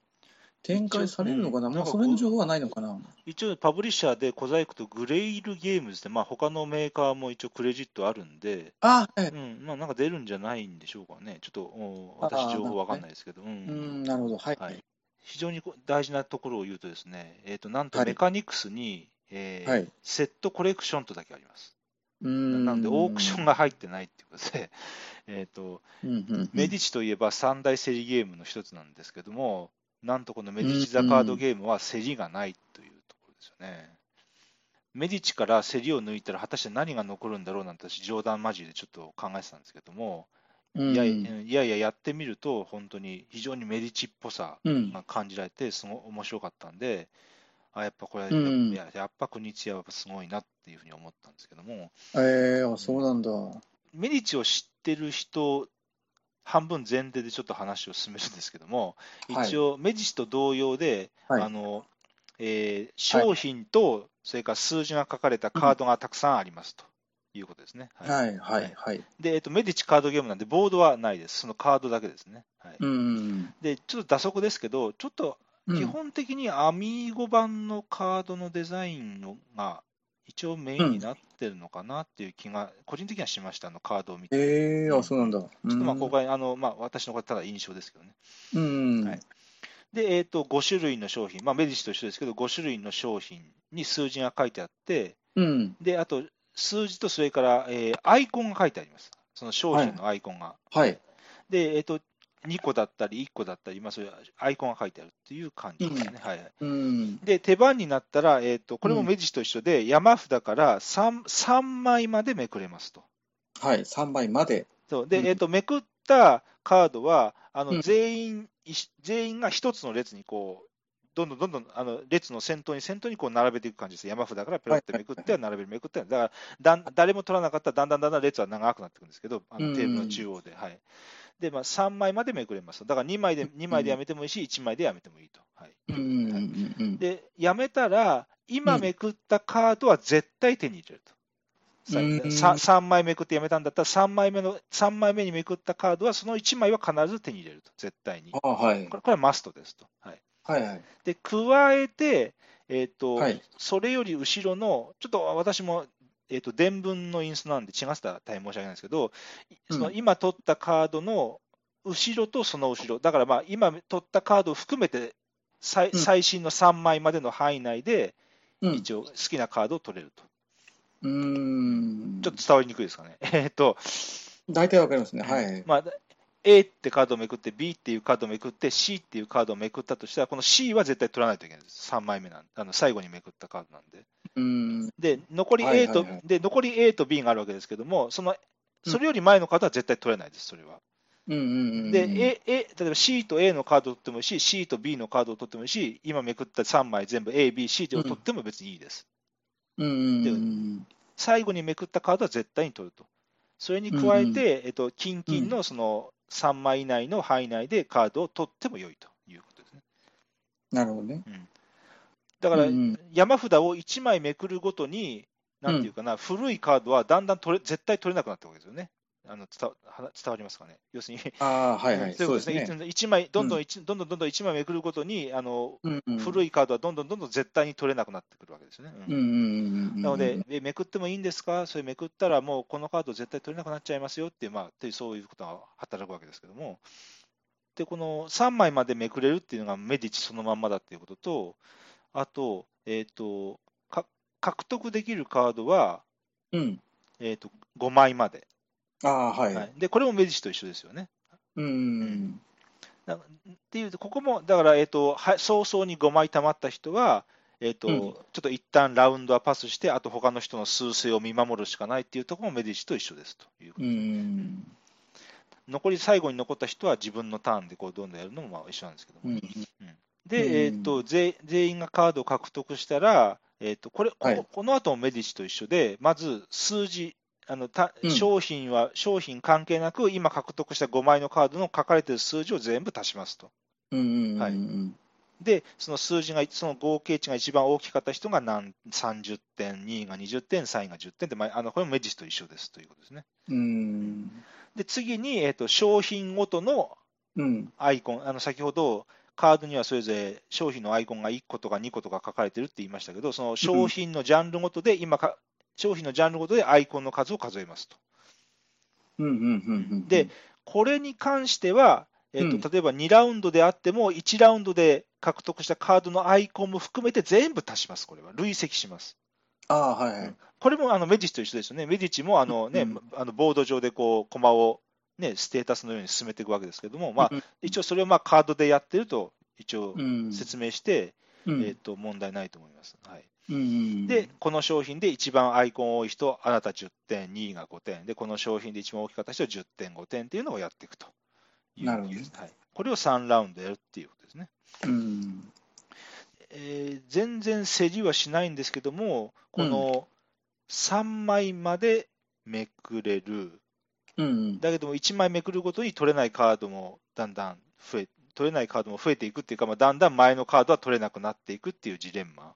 [SPEAKER 1] 展開されるのかな、
[SPEAKER 2] うん
[SPEAKER 1] ま
[SPEAKER 2] な
[SPEAKER 1] あ、
[SPEAKER 2] んか
[SPEAKER 1] そ
[SPEAKER 2] こう
[SPEAKER 1] れの情報はないのかな。
[SPEAKER 2] 一応、パブリッシャーで、小細工とグレイルゲームズで、まあ、他のメーカーも一応クレジットあるんで、
[SPEAKER 1] あ、はい、
[SPEAKER 2] うん、まあ、なんか出るんじゃないんでしょうかね。ちょっと、お
[SPEAKER 1] あ
[SPEAKER 2] 私、
[SPEAKER 1] ー
[SPEAKER 2] 情報わか
[SPEAKER 1] なるほどね
[SPEAKER 2] んないですけど。う
[SPEAKER 1] うん、なるほど、はい。
[SPEAKER 2] はい、非常にこう大事なところを言うとですね、えー、となんと
[SPEAKER 1] はい
[SPEAKER 2] メカニクスに、えー
[SPEAKER 1] はい
[SPEAKER 2] セットコレクションとだけあります。
[SPEAKER 1] うん
[SPEAKER 2] なので、オークションが入ってないっていうことで、 えーと
[SPEAKER 1] うんうんうん
[SPEAKER 2] メディチといえば三大競りゲームの一つなんですけども、なんとこのメディチ・ザ・カードゲームは競りがないというところですよね。メディチから競りを抜いたら、果たして何が残るんだろうなんて、私、冗談交じりでちょっと考えてたんですけども、
[SPEAKER 1] うん
[SPEAKER 2] いやいやいやいや、やってみると、本当に非常にメディチっぽさ
[SPEAKER 1] うん
[SPEAKER 2] まあ、感じられて、すごい面白かったんで、あやっぱこれ、
[SPEAKER 1] うん
[SPEAKER 2] いややっぱ国津屋はすごいなっていうふうに思ったんですけども、
[SPEAKER 1] えー、あそうなんだ。
[SPEAKER 2] メディチを知ってる人、半分前提でちょっと話を進めるんですけども、
[SPEAKER 1] はい
[SPEAKER 2] 一応、メディチと同様で、
[SPEAKER 1] はい
[SPEAKER 2] あのえー商品と、それから数字が書かれたカードがたくさんありますということですね。はい
[SPEAKER 1] はい、はい、はい。
[SPEAKER 2] で、えっと、メディチカードゲームなんで、ボードはないです、そのカードだけですね。はい
[SPEAKER 1] うん
[SPEAKER 2] で、ちょっと打足ですけど、ちょっと
[SPEAKER 1] うんうん、
[SPEAKER 2] 基本的にアミーゴ版のカードのデザインのが一応メインになってるのかなっていう気が、個人的にはしました、あのカードを見て。
[SPEAKER 1] えー、あそうなんだ。ちょ
[SPEAKER 2] ちょっとまあ
[SPEAKER 1] こ
[SPEAKER 2] 今回、あのまあ、私のこれただ印象ですけどね。
[SPEAKER 1] うん、
[SPEAKER 2] はいで、えー、と5種類の商品、まあ、メディチと一緒ですけど、5種類の商品に数字が書いてあって、
[SPEAKER 1] うん、
[SPEAKER 2] であと数字とそれから、えーアイコンが書いてあります、その商品のアイコンが。
[SPEAKER 1] はい。
[SPEAKER 2] で、えーと、2個だったり1個だったり、まあ、そういうアイコンが書いてあるっていう感じです
[SPEAKER 1] う
[SPEAKER 2] ね。
[SPEAKER 1] ん
[SPEAKER 2] はいはい
[SPEAKER 1] うん、
[SPEAKER 2] で、手番になったら、えー、とこれも
[SPEAKER 1] うん
[SPEAKER 2] 目次と一緒で、山札から 3, 3枚までめくれますと。
[SPEAKER 1] はい、3倍まで。
[SPEAKER 2] そう
[SPEAKER 1] うん
[SPEAKER 2] で、えー、とめくったカードは、あ
[SPEAKER 1] う
[SPEAKER 2] の
[SPEAKER 1] ん
[SPEAKER 2] 全員、いし全員が一つの列にこう、どんどんどんどんあの列の先頭に先頭にこう並べていく感じです。山札からペロってめくっては並べる、めくっては、だからだん誰も取らなかったらだんだんだんだん列は長くなっていくんですけど、あ
[SPEAKER 1] うん
[SPEAKER 2] のテーブルの中央で。はいでまあ、3枚までめくれます。だから2枚で二枚でやめてもいいし、1枚でやめてもいいと。はい
[SPEAKER 1] うん、うん、うん。
[SPEAKER 2] で、やめたら、今
[SPEAKER 1] うん
[SPEAKER 2] めくったカードは絶対手に入れると。さ
[SPEAKER 1] うん
[SPEAKER 2] さ3枚めくってやめたんだったら3枚目の、三枚目にめくったカードはその1枚は必ず手に入れると、絶対に。こ
[SPEAKER 1] あはい
[SPEAKER 2] れ、これはマストですと。はい、
[SPEAKER 1] はい、はい。
[SPEAKER 2] で、加えて、えーと
[SPEAKER 1] はい
[SPEAKER 2] それより後ろの、ちょっと私も、えー、と伝文のインストなんで違った大変申し訳ないんですけど、いその
[SPEAKER 1] うん
[SPEAKER 2] 今取ったカードの後ろとその後ろ、だからまあ今取ったカードを含めて最、
[SPEAKER 1] うん
[SPEAKER 2] 最新の3枚までの範囲内で、
[SPEAKER 1] うん、
[SPEAKER 2] 一応好きなカードを取れると。
[SPEAKER 1] うん、
[SPEAKER 2] ちょっと伝わりにくいですかね。 えーっと、
[SPEAKER 1] 大体わかりますね。はい。
[SPEAKER 2] まあ、A ってカードをめくって、B っていうカードをめくって、C っていうカードをめくったとしたら、この C は絶対取らないといけないです。3枚目なんあの最後にめくったカードなんで。
[SPEAKER 1] うん、
[SPEAKER 2] で、残り
[SPEAKER 1] はいは
[SPEAKER 2] A
[SPEAKER 1] い
[SPEAKER 2] と、
[SPEAKER 1] はい
[SPEAKER 2] で残り A と B があるわけですけども、その
[SPEAKER 1] うん
[SPEAKER 2] それより前のカードは絶対取れないです、それは。
[SPEAKER 1] うん、うん。
[SPEAKER 2] で、A A、例えば C と A のカードを取ってもいいし、C と B のカードを取ってもいいし、今めくった3枚全部 A、B、C を取っても別にいいです。
[SPEAKER 1] うん、
[SPEAKER 2] 最後にめくったカードは絶対に取ると。それに加えて、
[SPEAKER 1] うんうん
[SPEAKER 2] えっと、近々のその3枚以内の範囲内でカードを取っても良いということですね。
[SPEAKER 1] なるほどね。
[SPEAKER 2] だから
[SPEAKER 1] うんうん、
[SPEAKER 2] 山札を1枚めくるごとに、なんていうかな、古いカードはだんだん取れ絶対取れなくなったわけですよね。あの伝わ話伝わりますかね。要するに、
[SPEAKER 1] ああ、はい、はい。
[SPEAKER 2] そういう
[SPEAKER 1] そ
[SPEAKER 2] こ
[SPEAKER 1] うで
[SPEAKER 2] とですすね。
[SPEAKER 1] ね。
[SPEAKER 2] 一枚どんどん一、どんどんどんどん1枚めくるごとにあの、古
[SPEAKER 1] い。
[SPEAKER 2] いカードはどんどんどんどん絶対に取れなくなってくるわけですよね。うん
[SPEAKER 1] うん、うん。
[SPEAKER 2] なので、、えめくってもいいんですか、それめくったら、もうこのカード絶対取れなくなっちゃいますよっていう、まあ、っていうそういうことが働くわけですけども、でこの3枚までめくれるっていうのがメディチそのまんまだっていうことと、あと、えー、とか獲得できるカードは、
[SPEAKER 1] うん。
[SPEAKER 2] えー、と5枚まで、
[SPEAKER 1] ああ、はい。
[SPEAKER 2] はいで、これもメディチと一緒ですよね。
[SPEAKER 1] うん、
[SPEAKER 2] なっていうと、ここも、だから、えーとは、早々に5枚貯まった人は、えーと
[SPEAKER 1] うん
[SPEAKER 2] ちょっと一旦ラウンドはパスして、あと他の人の数勢を見守るしかないっていうところもメディッシと一緒ですというこ
[SPEAKER 1] う
[SPEAKER 2] と、
[SPEAKER 1] ん。
[SPEAKER 2] 残り最後に残った人は自分のターンでこうどんどんやるのもまあ一緒なんですけども、
[SPEAKER 1] うん
[SPEAKER 2] で、え
[SPEAKER 1] うん
[SPEAKER 2] ー、と全全員がカードを獲得したら、えー、とこれこ,、
[SPEAKER 1] はい
[SPEAKER 2] この後もメディッチと一緒で、まず数字、あのた
[SPEAKER 1] うん
[SPEAKER 2] 商品は、商品関係なく、今獲得した5枚のカードの書かれている数字を全部足しますと。
[SPEAKER 1] うんうんうん
[SPEAKER 2] はい
[SPEAKER 1] うん
[SPEAKER 2] で、その数字が、その合計値が一番大きかった人が何30点、2位が20点、3位が10点って、まあ、あのこれもメディッチと一緒ですということですね。
[SPEAKER 1] うん
[SPEAKER 2] で、次に、えー、と商品ごとの
[SPEAKER 1] うん
[SPEAKER 2] アイコン、あの先ほどカードにはそれぞれ商品のアイコンが1個とか2個とか書かれてるって言いましたけど、その商品のジャンルごとで、今か、商品のジャンルごとでアイコンの数を数えますと。
[SPEAKER 1] うんうんうんうん
[SPEAKER 2] で、これに関しては、えっ
[SPEAKER 1] う
[SPEAKER 2] と例えば2ラウンドであっても、1ラウンドで獲得したカードのアイコンも含めて全部足します、これは。累積します。
[SPEAKER 1] ああはいはい
[SPEAKER 2] これもあのメディッチと一緒ですよね。メディッチもあの、ね
[SPEAKER 1] うん
[SPEAKER 2] あのボード上でこう、コマを、ね、ステータスのように進めていくわけですけども、まあ、
[SPEAKER 1] うん
[SPEAKER 2] 一応それをまあカードでやってると、一応
[SPEAKER 1] うん
[SPEAKER 2] 説明して、
[SPEAKER 1] うん
[SPEAKER 2] えっと問題ないと思います、はい。
[SPEAKER 1] うんうん
[SPEAKER 2] で、この商品で一番アイコン多い人、あなた10点、2位が5点、で、この商品で一番大きかった人、10点、5点っていうのをやっていくという。
[SPEAKER 1] なるほどね
[SPEAKER 2] はい、これを3ラウンドやるっていうことですね。
[SPEAKER 1] うん
[SPEAKER 2] えー全然競りはしないんですけども、この3枚までめくれる、
[SPEAKER 1] うんうん
[SPEAKER 2] だけども1枚めくるごとに取れないカードもだんだん増え取れないカードも増えていくっていうか、まあ、だんだん前のカードは取れなくなっていくっていうジレンマ、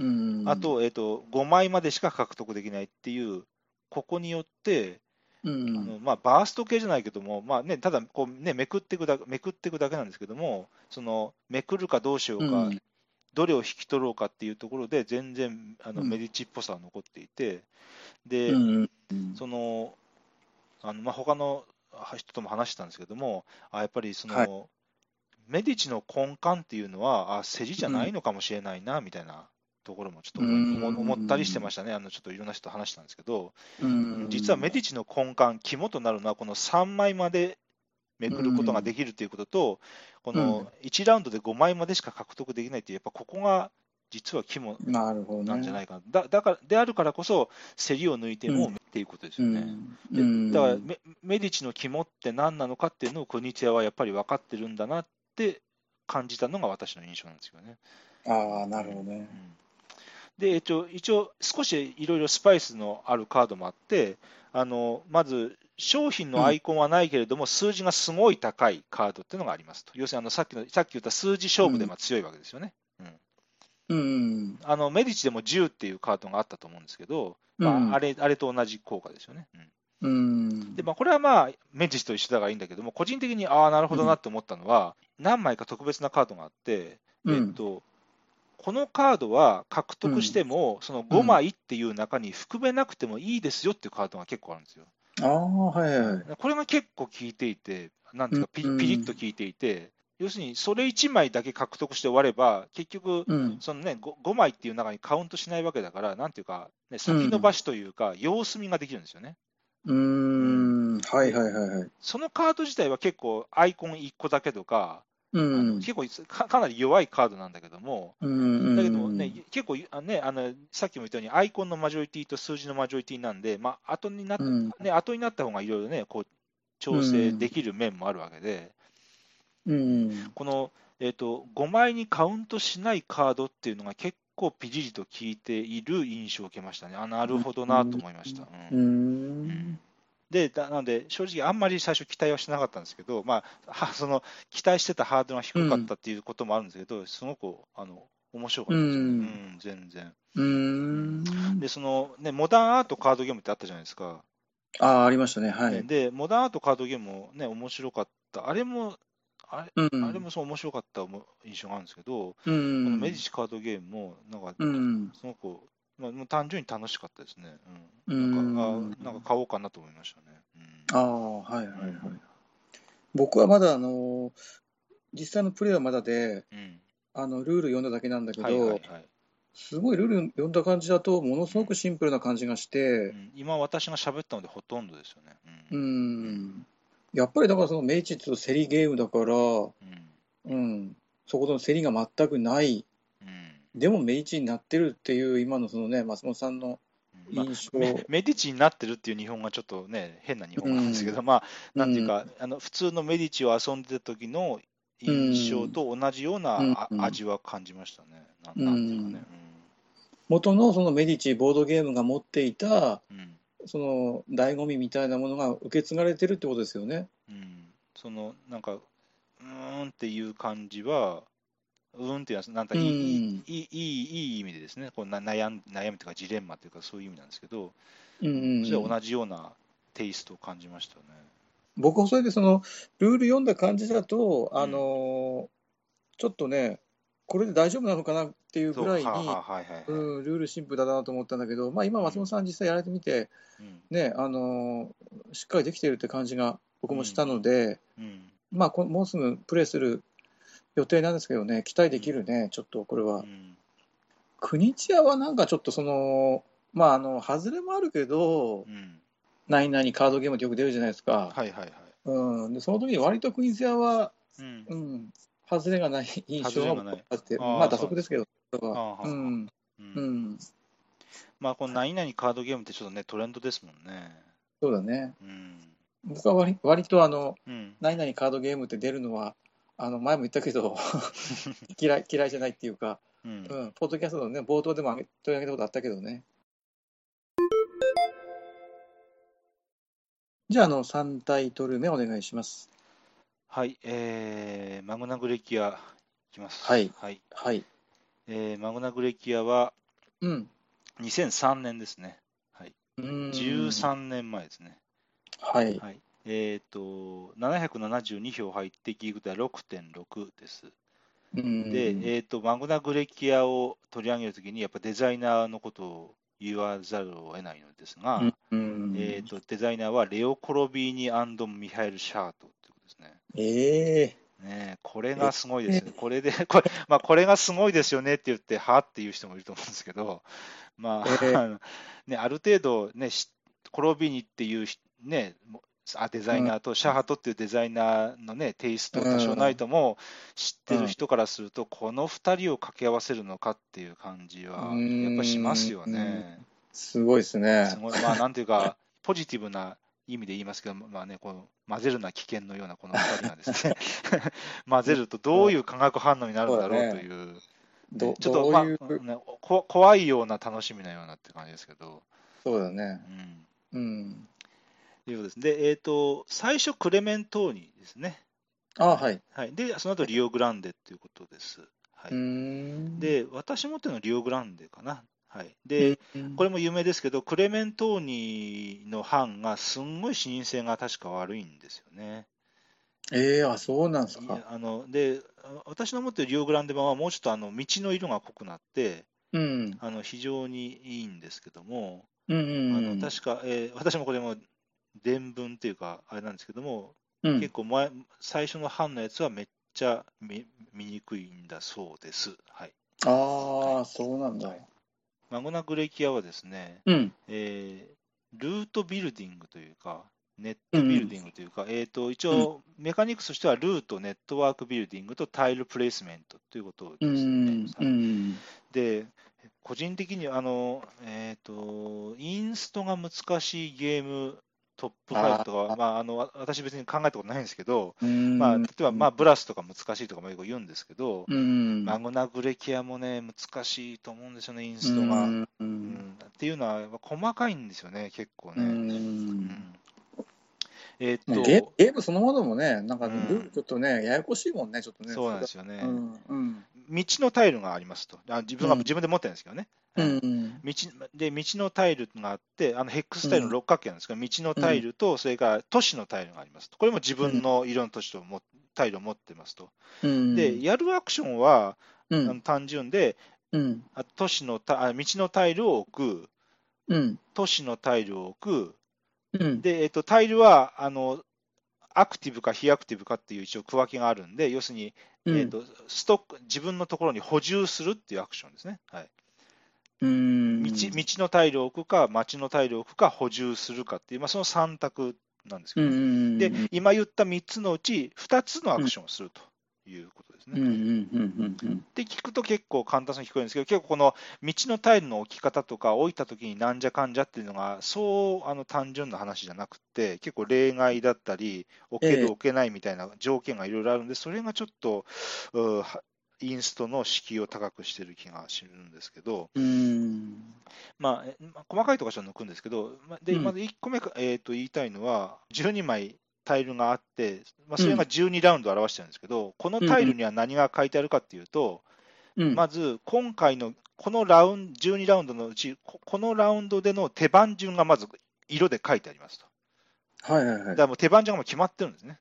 [SPEAKER 1] うんうん
[SPEAKER 2] あと,、えっと5枚までしか獲得できないっていうここによって、
[SPEAKER 1] うんうん
[SPEAKER 2] あのまあ、バースト系じゃないけども、まあね、ただこう、ね、めくっていくだめくっていくだけなんですけどもそのめくるかどうしようか、
[SPEAKER 1] うん
[SPEAKER 2] どれを引き取ろうかっていうところで全然あの、
[SPEAKER 1] うん
[SPEAKER 2] メディッチっぽさは残っていてで、
[SPEAKER 1] うんうん
[SPEAKER 2] そのあの、まあ、他のは人とも話してたんですけども、あやっぱりその、
[SPEAKER 1] はい
[SPEAKER 2] メディチの根幹っていうのは、あ世じじゃないのかもしれないな、みたいなところもちょっと思
[SPEAKER 1] うん
[SPEAKER 2] 思思ったりしてましたね、あのちょっといろんな人と話したんですけど、
[SPEAKER 1] うん
[SPEAKER 2] 実はメディチの根幹、肝となるのは、この3枚までめくることができるということと、この1ラウンドで5枚までしか獲得できないっていう、やっぱここが実は肝
[SPEAKER 1] なるほどね
[SPEAKER 2] なんじゃないかな、だだからであるからこそ、競りを抜いてもっていうことですよね。
[SPEAKER 1] うんうん
[SPEAKER 2] だからメメディチの肝って何なのかっていうのを国手はやっぱり分かってるんだなって感じたのが私の印象なんですよね。
[SPEAKER 1] ああなるほど
[SPEAKER 2] うん
[SPEAKER 1] ね
[SPEAKER 2] で、えっと、一応少しいろいろスパイスのあるカードもあってあのまず商品のアイコンはないけれども、数字がすごい高いカードっていうのがありますと要するにあのさっきのさっき言った数字勝負でまあ強いわけですよね。
[SPEAKER 1] うんうん
[SPEAKER 2] あのメディチでも10っていうカードがあったと思うんですけど、
[SPEAKER 1] う
[SPEAKER 2] ま
[SPEAKER 1] ん
[SPEAKER 2] あ、あれあれと同じ効果ですよね。うん
[SPEAKER 1] うん
[SPEAKER 2] で、まあ、これはまあ、メディチと一緒だからいいんだけども、個人的に、ああ、なるほどなって思ったのは、何枚か特別なカードがあって、
[SPEAKER 1] うん
[SPEAKER 2] えっと、このカードは獲得しても、その5枚っていう中に含めなくてもいいですよっていうカードが結構あるんですよ。
[SPEAKER 1] ああはいはい
[SPEAKER 2] これが結構効いていて、なんですか、ピ
[SPEAKER 1] うん
[SPEAKER 2] ピリッと効いていて、要するにそれ1枚だけ獲得して終われば、結局、
[SPEAKER 1] うん
[SPEAKER 2] そのね5、5枚っていう中にカウントしないわけだから、なんていうか、ね、先延ばしというか、様子見ができるんですよね。
[SPEAKER 1] うーんはいはいはいはい
[SPEAKER 2] そのカード自体は結構アイコン1個だけとか、
[SPEAKER 1] う
[SPEAKER 2] あの
[SPEAKER 1] ん
[SPEAKER 2] 結構かかなり弱いカードなんだけども、
[SPEAKER 1] うん
[SPEAKER 2] だけどもね、結構あねあの、さっきも言ったように、アイコンのマジョリティと数字のマジョリティなんで、まあ後になっ
[SPEAKER 1] うん
[SPEAKER 2] ね、後になった方がいろいろね、こう調整できる面もあるわけで、
[SPEAKER 1] うん
[SPEAKER 2] この、えー、と5枚にカウントしないカードっていうのが結構ピリリと効いている印象を受けましたね、あなるほどなと思いました。
[SPEAKER 1] うーん
[SPEAKER 2] でだなので、正直、あんまり最初、期待はしなかったんですけど、まあ、はその期待してたハードルが低かったっていうこともあるんですけど、すごくあの面白かったですね、
[SPEAKER 1] うん
[SPEAKER 2] うん全然。
[SPEAKER 1] うーん
[SPEAKER 2] で、そのね、モダンアートカードゲームってあったじゃないですか、
[SPEAKER 1] ああありましたねはい
[SPEAKER 2] でモダンアートカードゲームも、ね、面白かった、あれも、あれ,、
[SPEAKER 1] うん
[SPEAKER 2] あれもそう面白かった思う印象があるんですけど、
[SPEAKER 1] う
[SPEAKER 2] この
[SPEAKER 1] ん
[SPEAKER 2] メディチカードゲームも、なんか、
[SPEAKER 1] うん
[SPEAKER 2] すごく、まあ、もう単純に楽しかったですね、
[SPEAKER 1] う
[SPEAKER 2] うん
[SPEAKER 1] ん
[SPEAKER 2] なんかあなんか買おうかなと思いましたね。うん
[SPEAKER 1] ああはいはいはい僕はまだあの実際のプレイはまだで
[SPEAKER 2] うん
[SPEAKER 1] あのルール読んだだけなんだけど、
[SPEAKER 2] はいはいはい
[SPEAKER 1] すごいルール読んだ感じだとものすごくシンプルな感じがし
[SPEAKER 2] う
[SPEAKER 1] て、
[SPEAKER 2] ん、今私が喋ったのでほとんどですよね。
[SPEAKER 1] う、
[SPEAKER 2] うんん
[SPEAKER 1] やっぱりだからその名実と競りゲームだから、
[SPEAKER 2] うん
[SPEAKER 1] うん、そことの競りが全くない
[SPEAKER 2] うん
[SPEAKER 1] でも名一になってるっていう今のそのね松本さんの
[SPEAKER 2] うんまあ
[SPEAKER 1] 印象、
[SPEAKER 2] メメディチになってるっていう日本がちょっとね、変な日本語なんですけど、まあ、なんていうか、あの普通のメディチを遊んでた時の印象と同じようなあ
[SPEAKER 1] うん
[SPEAKER 2] 味は感じましたね。ななんていうかね。
[SPEAKER 1] 元のそのメディチボードゲームが持っていた
[SPEAKER 2] うんうん
[SPEAKER 1] その醍醐味みたいなものが受け継がれてるってことですよね。
[SPEAKER 2] うん、そのなんか、うーんっていう感じは、うーんっていうのは、なんかいい,、
[SPEAKER 1] うん
[SPEAKER 2] いいいいいい意味でですね、こうな悩ん悩みとかジレンマというか、そういう意味なんですけど、
[SPEAKER 1] うん
[SPEAKER 2] それは同じようなテイストを感じましたね。
[SPEAKER 1] 僕はそれでそのルール読んだ感じだと、あのーちょっとねこれで大丈夫なのかなっていうぐらいに、
[SPEAKER 2] そうはあはあはいはいはい。うん
[SPEAKER 1] うん、ルールシンプルだなと思ったんだけど、まあ、今松本さん実際やられてみて、ねあのーしっかりできているって感じが僕もしたので、
[SPEAKER 2] うん
[SPEAKER 1] まあ、こもうすぐプレイする予定なんですけどね期待できるねちょっとこれ
[SPEAKER 2] う
[SPEAKER 1] は。
[SPEAKER 2] ん
[SPEAKER 1] 国千谷はなんかちょっとそのまああの外れもあるけど
[SPEAKER 2] うん
[SPEAKER 1] 何々カードゲームってよく出るじゃないですか。
[SPEAKER 2] はいはいはい。
[SPEAKER 1] うん、でその時に割と国津屋は、
[SPEAKER 2] うん
[SPEAKER 1] うん、外れがない印
[SPEAKER 2] 外
[SPEAKER 1] 象
[SPEAKER 2] れ
[SPEAKER 1] が
[SPEAKER 2] がない
[SPEAKER 1] あって、
[SPEAKER 2] あー
[SPEAKER 1] まあ打足ですけど、
[SPEAKER 2] あー
[SPEAKER 1] うん、
[SPEAKER 2] うん
[SPEAKER 1] うん、
[SPEAKER 2] まあ、この何々カードゲームってちょっとね、トレンドですもんね。
[SPEAKER 1] そうだね。
[SPEAKER 2] うん。
[SPEAKER 1] 僕は割割とあの、
[SPEAKER 2] うん。
[SPEAKER 1] 何々カードゲームって出るのは、あの前も言ったけど 嫌い、嫌いじゃないっていうか、
[SPEAKER 2] うん
[SPEAKER 1] うん、ポッドキャストの、ね、冒頭でもあげ取り上げたことあったけどね。じゃあ、あの3タイトル目お願いします。
[SPEAKER 2] はい、えー、マグナグレキア、いきます。
[SPEAKER 1] はいはい。
[SPEAKER 2] えーマグナグレキアは
[SPEAKER 1] うん。
[SPEAKER 2] 2003年ですね。
[SPEAKER 1] うん
[SPEAKER 2] 13年前ですね。
[SPEAKER 1] はい。
[SPEAKER 2] はい。えっ、と、772票入って、ギグダ6.6です。
[SPEAKER 1] うん
[SPEAKER 2] で、えっ、と、マグナグレキアを取り上げるときに、やっぱデザイナーのことを言わざるを得ないのですが、
[SPEAKER 1] うん
[SPEAKER 2] えー、とデザイナーはレオ・コロビーニミハエル・シャートということですね。
[SPEAKER 1] ええ
[SPEAKER 2] ねえこれがすごいですよね。これで、 これ、まあ、これがすごいですよねって言って、はっていう人もいると思うんですけど、まあ、
[SPEAKER 1] ええ
[SPEAKER 2] あのね、ある程度、ね、しコロビーニっていうひ、ね、もあデザイナーとシャハトっていうデザイナーの、ね、テイストを多少ないとも知ってる人からすると、この2人を掛け合わせるのかっていう感じは、やっぱしますよね。
[SPEAKER 1] すごいですね
[SPEAKER 2] す。ごい、まあ、なんていう か、ポジティブな意味で言いますけど、まあね、この混ぜるな危険のようなこの2人がです ね、混ぜるとどういう化学反応になるんだろうという、
[SPEAKER 1] ど
[SPEAKER 2] ちょっ
[SPEAKER 1] ど
[SPEAKER 2] と、
[SPEAKER 1] う
[SPEAKER 2] まあ
[SPEAKER 1] いう、
[SPEAKER 2] ねこ怖いような楽しみなようなって感じですけど、
[SPEAKER 1] そうだね。
[SPEAKER 2] う
[SPEAKER 1] う
[SPEAKER 2] ん、
[SPEAKER 1] ん。
[SPEAKER 2] ということです。で、えっ、と、最初、クレメントーニですね。
[SPEAKER 1] あはい。
[SPEAKER 2] はい、で、その後リオグランデということです。は
[SPEAKER 1] うー
[SPEAKER 2] い、
[SPEAKER 1] ん、
[SPEAKER 2] で、私持ってるのはリオグランデかな。はい、で、
[SPEAKER 1] うん、
[SPEAKER 2] こ
[SPEAKER 1] れ、
[SPEAKER 2] れも有名ですけど、クレメントーニの版がすんごい視認性が確か悪いんですよね。
[SPEAKER 1] ええあ、そうなんです
[SPEAKER 2] い
[SPEAKER 1] か
[SPEAKER 2] や。あのであ私の持っているリオグランデ版はもうちょっとあの道の色が濃くなって
[SPEAKER 1] うん。
[SPEAKER 2] あの非常にいいんですけども、
[SPEAKER 1] うんうん、
[SPEAKER 2] あの確か、えー私もこれも伝文っていうかあれなんですけども、
[SPEAKER 1] うん
[SPEAKER 2] 結構前最初の版のやつはめっちゃ見見にくいんだそうです。はい、
[SPEAKER 1] ああ、そうなんだ。
[SPEAKER 2] マグナグレキアはですね、
[SPEAKER 1] うん。
[SPEAKER 2] えールートビルディングというか、ネットビルディングというか、えー、と一応、メカニクスとしては、ルート、ネットワークビルディングとタイルプレイスメントということ
[SPEAKER 1] う
[SPEAKER 2] ですね
[SPEAKER 1] ん。。うん。
[SPEAKER 2] で、個人的にあの、えー、とインストが難しいゲームトップ5とかは
[SPEAKER 1] あー
[SPEAKER 2] まあ、あのわ私、別に考えたことないんですけど、
[SPEAKER 1] うん
[SPEAKER 2] まあ、例えば、まあ、、ブラスとか難しいとかもよく言うんですけど、
[SPEAKER 1] うん。
[SPEAKER 2] マグナグレキアもね、難しいと思うんですよね、インストが。
[SPEAKER 1] う。
[SPEAKER 2] うんんっていうのはやっぱ細かいんですよね、結構
[SPEAKER 1] う
[SPEAKER 2] ね。
[SPEAKER 1] ん。
[SPEAKER 2] うんえーっ
[SPEAKER 1] ね
[SPEAKER 2] と、
[SPEAKER 1] ゲゲームそのものもね、なんか、
[SPEAKER 2] うん
[SPEAKER 1] ルールちょっとね、ややこしいもんね、ちょっとね。
[SPEAKER 2] そうなんですすよね、
[SPEAKER 1] うん。うん。
[SPEAKER 2] 道のタイルがありますと、あ自分が
[SPEAKER 1] うん
[SPEAKER 2] 自分で持ってるんですけどね、
[SPEAKER 1] うん。
[SPEAKER 2] 道で道のタイルがあって、あのヘックスタイルの六角形なんですけど、道のタイルと、それから都市のタイルがありますと、これも自分の色の都市ともタイルを持ってますと。
[SPEAKER 1] うん。
[SPEAKER 2] で、やるアクションは、
[SPEAKER 1] う
[SPEAKER 2] あの
[SPEAKER 1] ん。
[SPEAKER 2] 単純で、
[SPEAKER 1] うん。
[SPEAKER 2] あ都市のタあ道のタイルを置く、
[SPEAKER 1] うん。
[SPEAKER 2] 都市のタイルを置く、
[SPEAKER 1] うん。
[SPEAKER 2] で、えっと、タイルはあのアクティブか非アクティブかっていう一応区分けがあるんで、要するに、
[SPEAKER 1] うん
[SPEAKER 2] えっとストック自分のところに補充するっていうアクションですね。はい、
[SPEAKER 1] うん
[SPEAKER 2] 道道のタイルを置くか、町のタイルを置くか、補充するかっていう、まあ、その3択なんですけ
[SPEAKER 1] う
[SPEAKER 2] ど、
[SPEAKER 1] んうんうん
[SPEAKER 2] で今言った3つのうち、2つのアクションをすると。いうことです
[SPEAKER 1] うん
[SPEAKER 2] ね。
[SPEAKER 1] うんうんうんうん
[SPEAKER 2] で聞くと結構簡単そうに聞こえるんですけど、結構この道のタイルの置き方とか、置いた時になんじゃかんじゃっていうのが、そうあの単純な話じゃなくて、結構例外だったり、置け
[SPEAKER 1] ええ
[SPEAKER 2] る、置けないみたいな条件がいろいろあるんで、それがちょっと、うんはインストの敷居を高くしてる気がするんですけど、
[SPEAKER 1] うん
[SPEAKER 2] まあ、えまあ細かいところはちょっと抜くんですけど、まあで、
[SPEAKER 1] うん
[SPEAKER 2] まず1個目か、えーと言いたいのは、12枚タイルがあって、まあ、それが12ラウンドを表してるんですけど、このタイルには何が書いてあるかっていうと、
[SPEAKER 1] うん
[SPEAKER 2] まず今回のこのラウン12ラウンドのうち、ここのラウンドでの手番順がまず色で書いてありますと。
[SPEAKER 1] はいはいは
[SPEAKER 2] だ
[SPEAKER 1] い
[SPEAKER 2] からもう手番順がもう決まってるんですね。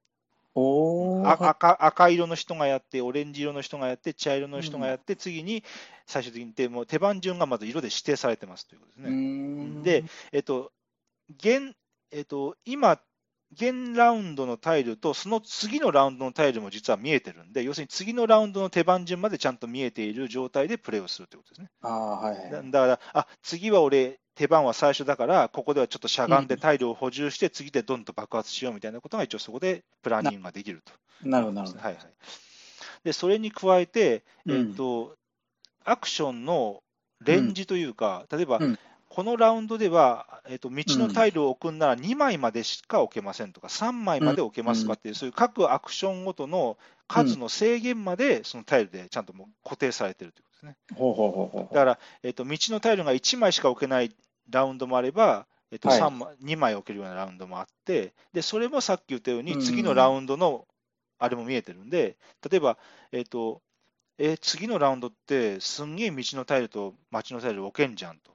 [SPEAKER 1] おお
[SPEAKER 2] あ赤赤色の人がやって、オレンジ色の人がやって、茶色の人がやって、次に最終的にでもう手番順がまず色で指定されてますということですね。で、えっと、現、えっと、今、現ラウンドのタイルと、その次のラウンドのタイルも実は見えてるんで、要するに次のラウンドの手番順までちゃんと見えている状態でプレーをするということですね。
[SPEAKER 1] ああーはい
[SPEAKER 2] だ
[SPEAKER 1] はい
[SPEAKER 2] だから、あ次は俺、手番は最初だから、ここではちょっとしゃがんでタイルを補充して、次でドンと爆発しようみたいなことが、一応そこでプランニングができると。
[SPEAKER 1] なるほどなるほど
[SPEAKER 2] はいはい、でそれに加えて、え
[SPEAKER 1] うん
[SPEAKER 2] っとアクションのレンジというか、例えば、
[SPEAKER 1] うん
[SPEAKER 2] このラウンドでは、えっと道
[SPEAKER 1] う
[SPEAKER 2] の
[SPEAKER 1] ん
[SPEAKER 2] タイルを置くんなら2枚までしか置けませんとか、3枚まで置けますかっていう、そういう各アクションごとの数の制限まで、そのタイルでちゃんともう固定されてるということですね。
[SPEAKER 1] ほうほうほうほう
[SPEAKER 2] だから、えっと道のタイルが1枚しか置けないラウンドもあれば、えっと
[SPEAKER 1] はい
[SPEAKER 2] 三枚2枚置けるようなラウンドもあってで、それもさっき言ったよう
[SPEAKER 1] う
[SPEAKER 2] に、
[SPEAKER 1] ん
[SPEAKER 2] 次のラウンドのあれも見えてるんで、例えば、えっとえー次のラウンドって、すんげえ道のタイルと街のタイル置けんじゃんと。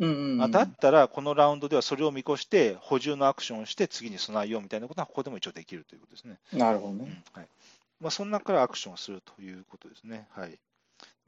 [SPEAKER 1] うんうんうん
[SPEAKER 2] あだったら、このラウンドではそれを見越して、補充のアクションをして、次に備えようみたいなことは、ここでも一応できるということですね。
[SPEAKER 1] なるほど
[SPEAKER 2] う
[SPEAKER 1] ね
[SPEAKER 2] んはいまあ、その中からアクションをするということですね。はい、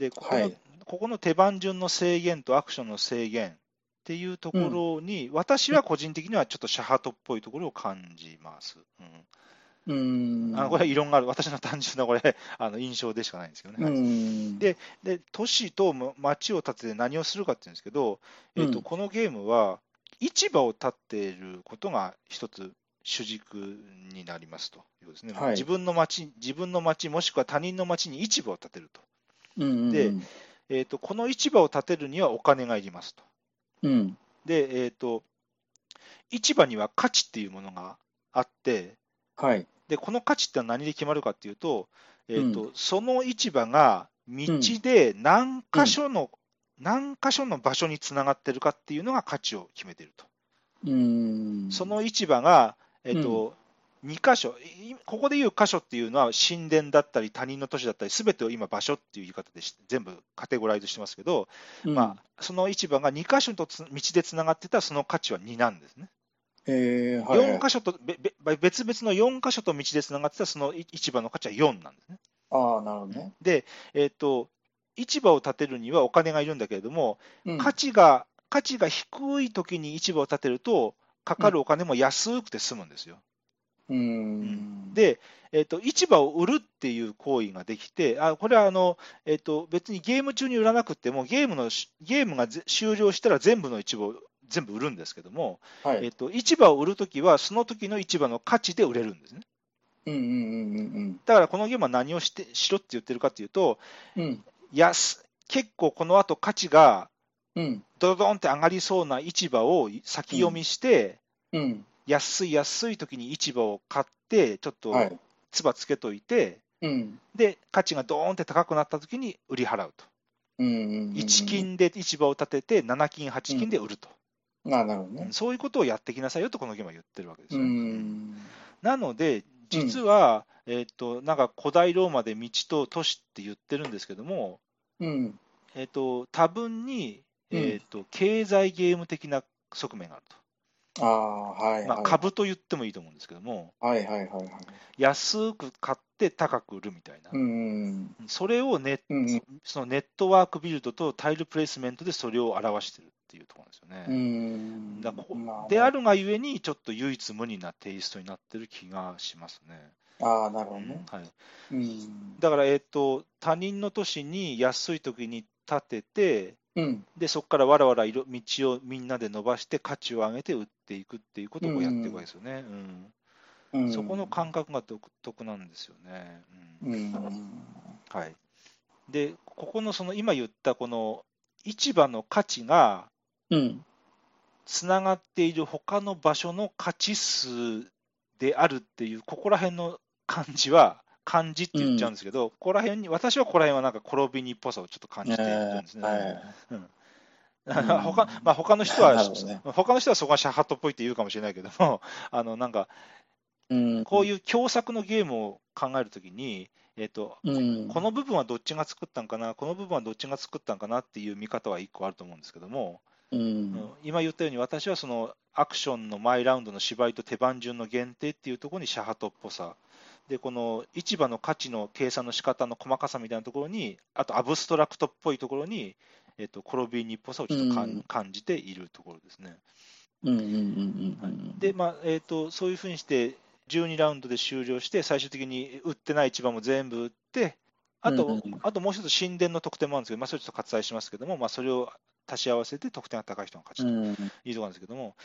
[SPEAKER 2] でここの、
[SPEAKER 1] はい
[SPEAKER 2] ここの手番順の制限とアクションの制限っていうところに、私は個人的にはちょっとシャハトっぽいところを感じます。
[SPEAKER 1] う
[SPEAKER 2] うんん、あのこれは異論がある、私の単純なこれあの印象でしかないんですけどね。
[SPEAKER 1] う
[SPEAKER 2] はい
[SPEAKER 1] ん
[SPEAKER 2] でで都市とも町を建てて何をするかっていうんですけど、えっと
[SPEAKER 1] うん
[SPEAKER 2] このゲームは市場を建てることが一つ主軸になりますということですね、
[SPEAKER 1] はい
[SPEAKER 2] 自分の町、自分の町、もしくは他人の町に市場を建てると,、
[SPEAKER 1] うんうんうん
[SPEAKER 2] でえっと、この市場を建てるにはお金がいりますと、
[SPEAKER 1] うん
[SPEAKER 2] でえっと市場には価値っていうものがあって、
[SPEAKER 1] はい
[SPEAKER 2] でこの価値ってのは何で決まるかっていうと,、えーとその市場が道で何箇所の、何箇所の場所につながってるかっていうのが価値を決めてると、
[SPEAKER 1] うん
[SPEAKER 2] その市場が、えーと2箇所いここでいう箇所っていうのは神殿だったり他人の都市だったりすべてを今場所っていう言い方でし全部カテゴライズしてますけど、
[SPEAKER 1] うん
[SPEAKER 2] まあ、その市場が2箇所とつ道でつながってたらその価値は2なんですね。
[SPEAKER 1] えーはいはい
[SPEAKER 2] 4箇所と、べべ別々の4箇所と道でつながってたそのい市場の価値は4なんですね。
[SPEAKER 1] ああなるほどね
[SPEAKER 2] で、えっと、市場を建てるにはお金がいるんだけれども、
[SPEAKER 1] うん
[SPEAKER 2] 価値が価値が低い時に市場を建てると、かかるお金も安くて済むんですよ。
[SPEAKER 1] うん
[SPEAKER 2] で、えっと、市場を売るっていう行為ができて、あこれはあの、えっと、別にゲーム中に売らなくても、ゲームのしゲームがぜ終了したら全部の市場を全部売るんですけども、
[SPEAKER 1] はい
[SPEAKER 2] えっと、市場を売るときは、その時の市場の価値で売れるんですね。
[SPEAKER 1] うんうんうんうん
[SPEAKER 2] だからこのゲームは何をしてしろって言ってるかっていうと、
[SPEAKER 1] うんうん
[SPEAKER 2] 安結構この後価値が
[SPEAKER 1] うん
[SPEAKER 2] ドドドンって上がりそうな市場を先読みして、
[SPEAKER 1] うん
[SPEAKER 2] 安い安い時に市場を買って、ちょっと
[SPEAKER 1] はい
[SPEAKER 2] つばつけといて、
[SPEAKER 1] うん
[SPEAKER 2] で、価値がドーンって高くなった時に売り払うと。
[SPEAKER 1] うんうんうん
[SPEAKER 2] 1金で市場を立てて、7金、8金で売ると。
[SPEAKER 1] ああなるほどね
[SPEAKER 2] そういうことをやってきなさいよと、このゲームは言ってるわけです
[SPEAKER 1] う
[SPEAKER 2] よ。
[SPEAKER 1] ん
[SPEAKER 2] なので、実は、えっと、なんか古代ローマで道と都市って言ってるんですけども、
[SPEAKER 1] うん
[SPEAKER 2] えっと、多分に、
[SPEAKER 1] うん
[SPEAKER 2] えっと経済ゲーム的な側面がある
[SPEAKER 1] ああはい
[SPEAKER 2] と、まあ、
[SPEAKER 1] はい
[SPEAKER 2] 株と言ってもいいと思うんですけども、
[SPEAKER 1] はいはいはいはい
[SPEAKER 2] 安く買って高く売るみたいな
[SPEAKER 1] う、ん
[SPEAKER 2] それをネ
[SPEAKER 1] うんうん
[SPEAKER 2] そのネットワークビルドとタイルプレイスメントでそれを表してるっていうところなんです
[SPEAKER 1] う
[SPEAKER 2] よね。
[SPEAKER 1] ん
[SPEAKER 2] だからこ
[SPEAKER 1] ま
[SPEAKER 2] であるがゆえに、ちょっと唯一無二なテイストになってる気がしますね。
[SPEAKER 1] ああなるほどね
[SPEAKER 2] はい、
[SPEAKER 1] うん
[SPEAKER 2] だから、えっと、他人の都市に安い時に建てて、
[SPEAKER 1] うん
[SPEAKER 2] で、そこからわらわら色道をみんなで伸ばして価値を上げて売っていくっていうことをこうやっていくわけですよね。うん
[SPEAKER 1] うん
[SPEAKER 2] そこの感覚が独特なんですよね。うん
[SPEAKER 1] うん
[SPEAKER 2] はい、で、ここのその今言ったこの市場の価値が
[SPEAKER 1] うん
[SPEAKER 2] つながっている他の場所の価値数であるっていう、ここら辺の感じは、漢字って言っちゃうんですけど、ここら辺に、私はここら辺はなんか転びにっぽさをちょっと感じているんですね。
[SPEAKER 1] はいうん
[SPEAKER 2] 他まあ、他の人は、
[SPEAKER 1] なるほどね
[SPEAKER 2] 他の人はそこがシャハトっぽいって言うかもしれないけども、あのなんか、
[SPEAKER 1] うん
[SPEAKER 2] こういう共作のゲームを考えるときに、えっと、
[SPEAKER 1] うん
[SPEAKER 2] この部分はどっちが作ったんかな、この部分はどっちが作ったんかなっていう見方は一個あると思うんですけども、
[SPEAKER 1] う
[SPEAKER 2] うん
[SPEAKER 1] ん
[SPEAKER 2] 今言ったように、私はそのアクションのマイラウンドの芝居と手番順の限定っていうところにシャハトっぽさ、で、この市場の価値の計算の仕方の細かさみたいなところに、あとアブストラクトっぽいところに、えっと、転びにっぽさをちょっと感,、
[SPEAKER 1] うん
[SPEAKER 2] 感じているところですね。
[SPEAKER 1] うんうんうんう
[SPEAKER 2] はい
[SPEAKER 1] ん
[SPEAKER 2] で、まあえー、とそういうふうにして、12ラウンドで終了して、最終的に売ってない市場も全部売って、あと,、
[SPEAKER 1] うんうん
[SPEAKER 2] あともう一つ神殿の得点もあるんですけど、まあ、それちょっと割愛しますけども、まあ、それを足し合わせて得点が高い人が勝ちと
[SPEAKER 1] うん
[SPEAKER 2] いうところなんですけども、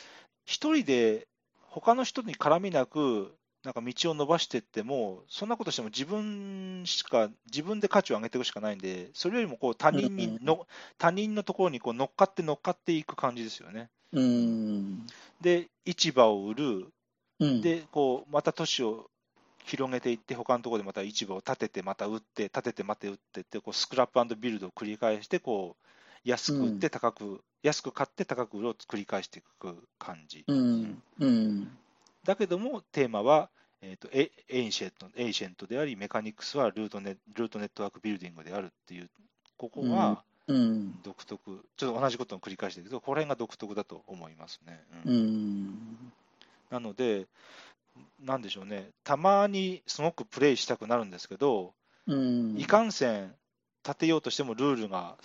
[SPEAKER 2] 一人で他の人に絡みなく、なんか道を伸ばしていっても、そんなことしても自分しか、自分で価値を上げていくしかないんで、それよりもこう他人にの、他人のところにこう乗っかって乗っかっていく感じですよね。
[SPEAKER 1] うん
[SPEAKER 2] で、市場を売る、
[SPEAKER 1] うん
[SPEAKER 2] でこうまた都市を広げていって、他のところでまた市場を立てて、また売って、立てて、また売ってって、こうスクラップビルドを繰り返してこう、安く売って高く、安く買って高く売ろうと繰り返していく感じ。
[SPEAKER 1] うんうん
[SPEAKER 2] だけども、テーマは、えー、とエエイシェントエイシェントであり、メカニクスはルートネルートネットワークビルディングであるっていう、ここは
[SPEAKER 1] うん
[SPEAKER 2] 独特、ちょっと同じことを繰り返してるけど、これが独特だと思いますね。うん
[SPEAKER 1] うん
[SPEAKER 2] なので、なんでしょうね、たまにすごくプレイしたくなるんですけど、
[SPEAKER 1] うん
[SPEAKER 2] いかんせん、立てようとしてもルールが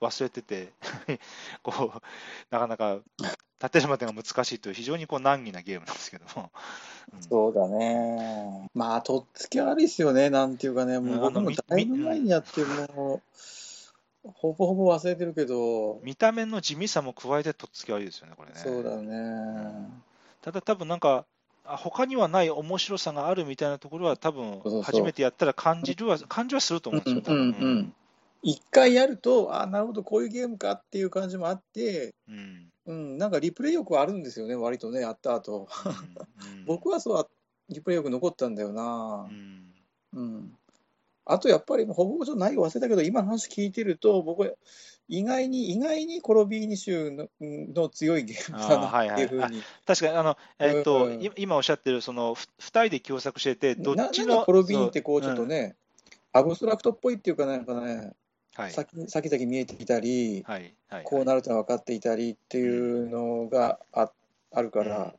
[SPEAKER 2] 忘れてて、 こうなかなか立てるまでが難しいという、非常にこう難儀なゲームなんですけども、うん
[SPEAKER 1] そうだね。まあ、とっつき悪いですよね、なんていうかね、もう
[SPEAKER 2] うんあ
[SPEAKER 1] 僕
[SPEAKER 2] の
[SPEAKER 1] も
[SPEAKER 2] み
[SPEAKER 1] だいぶ前にやって、もう、ほぼほぼ忘れてるけど、
[SPEAKER 2] 見た目の地味さも加えてとっつき悪いですよね、これね。
[SPEAKER 1] そうだね。
[SPEAKER 2] ただ、多分なんか、あ他にはない面白さがあるみたいなところは、
[SPEAKER 1] そ
[SPEAKER 2] 多
[SPEAKER 1] うそ
[SPEAKER 2] 分
[SPEAKER 1] う
[SPEAKER 2] 初めてやったら感じるは、感じはすると思うんですよ、多分
[SPEAKER 1] うんうん一回やると、あなるほど、こういうゲームかっていう感じもあって、
[SPEAKER 2] うんうん
[SPEAKER 1] うん、なんかリプレイ欲はあるんですよね、割とね、やった後。
[SPEAKER 2] うんうん
[SPEAKER 1] 僕はそう、リプレイ欲残ったんだよな
[SPEAKER 2] う。ん
[SPEAKER 1] うん。あとやっぱり、ほぼほぼちょっと内容忘れたけど、今の話聞いてると、僕、意外に、意外にコロビーニ州のの強いゲームだ
[SPEAKER 2] あーはい
[SPEAKER 1] なっ
[SPEAKER 2] は
[SPEAKER 1] て
[SPEAKER 2] い
[SPEAKER 1] いうふうに。
[SPEAKER 2] 確かにあの、えーと
[SPEAKER 1] うん
[SPEAKER 2] い今おっしゃってるそのふ2人で共作してて、どっ
[SPEAKER 1] な
[SPEAKER 2] ち
[SPEAKER 1] なん
[SPEAKER 2] の
[SPEAKER 1] かコロビーニってこう、ち
[SPEAKER 2] そ
[SPEAKER 1] ょっと
[SPEAKER 2] ん
[SPEAKER 1] ね、アブストラクトっぽいっていうか、なんかね、
[SPEAKER 2] はい
[SPEAKER 1] 先先々見えてきたり、
[SPEAKER 2] はいはい、
[SPEAKER 1] こうなるとは分かっていたりっていうのがああるから、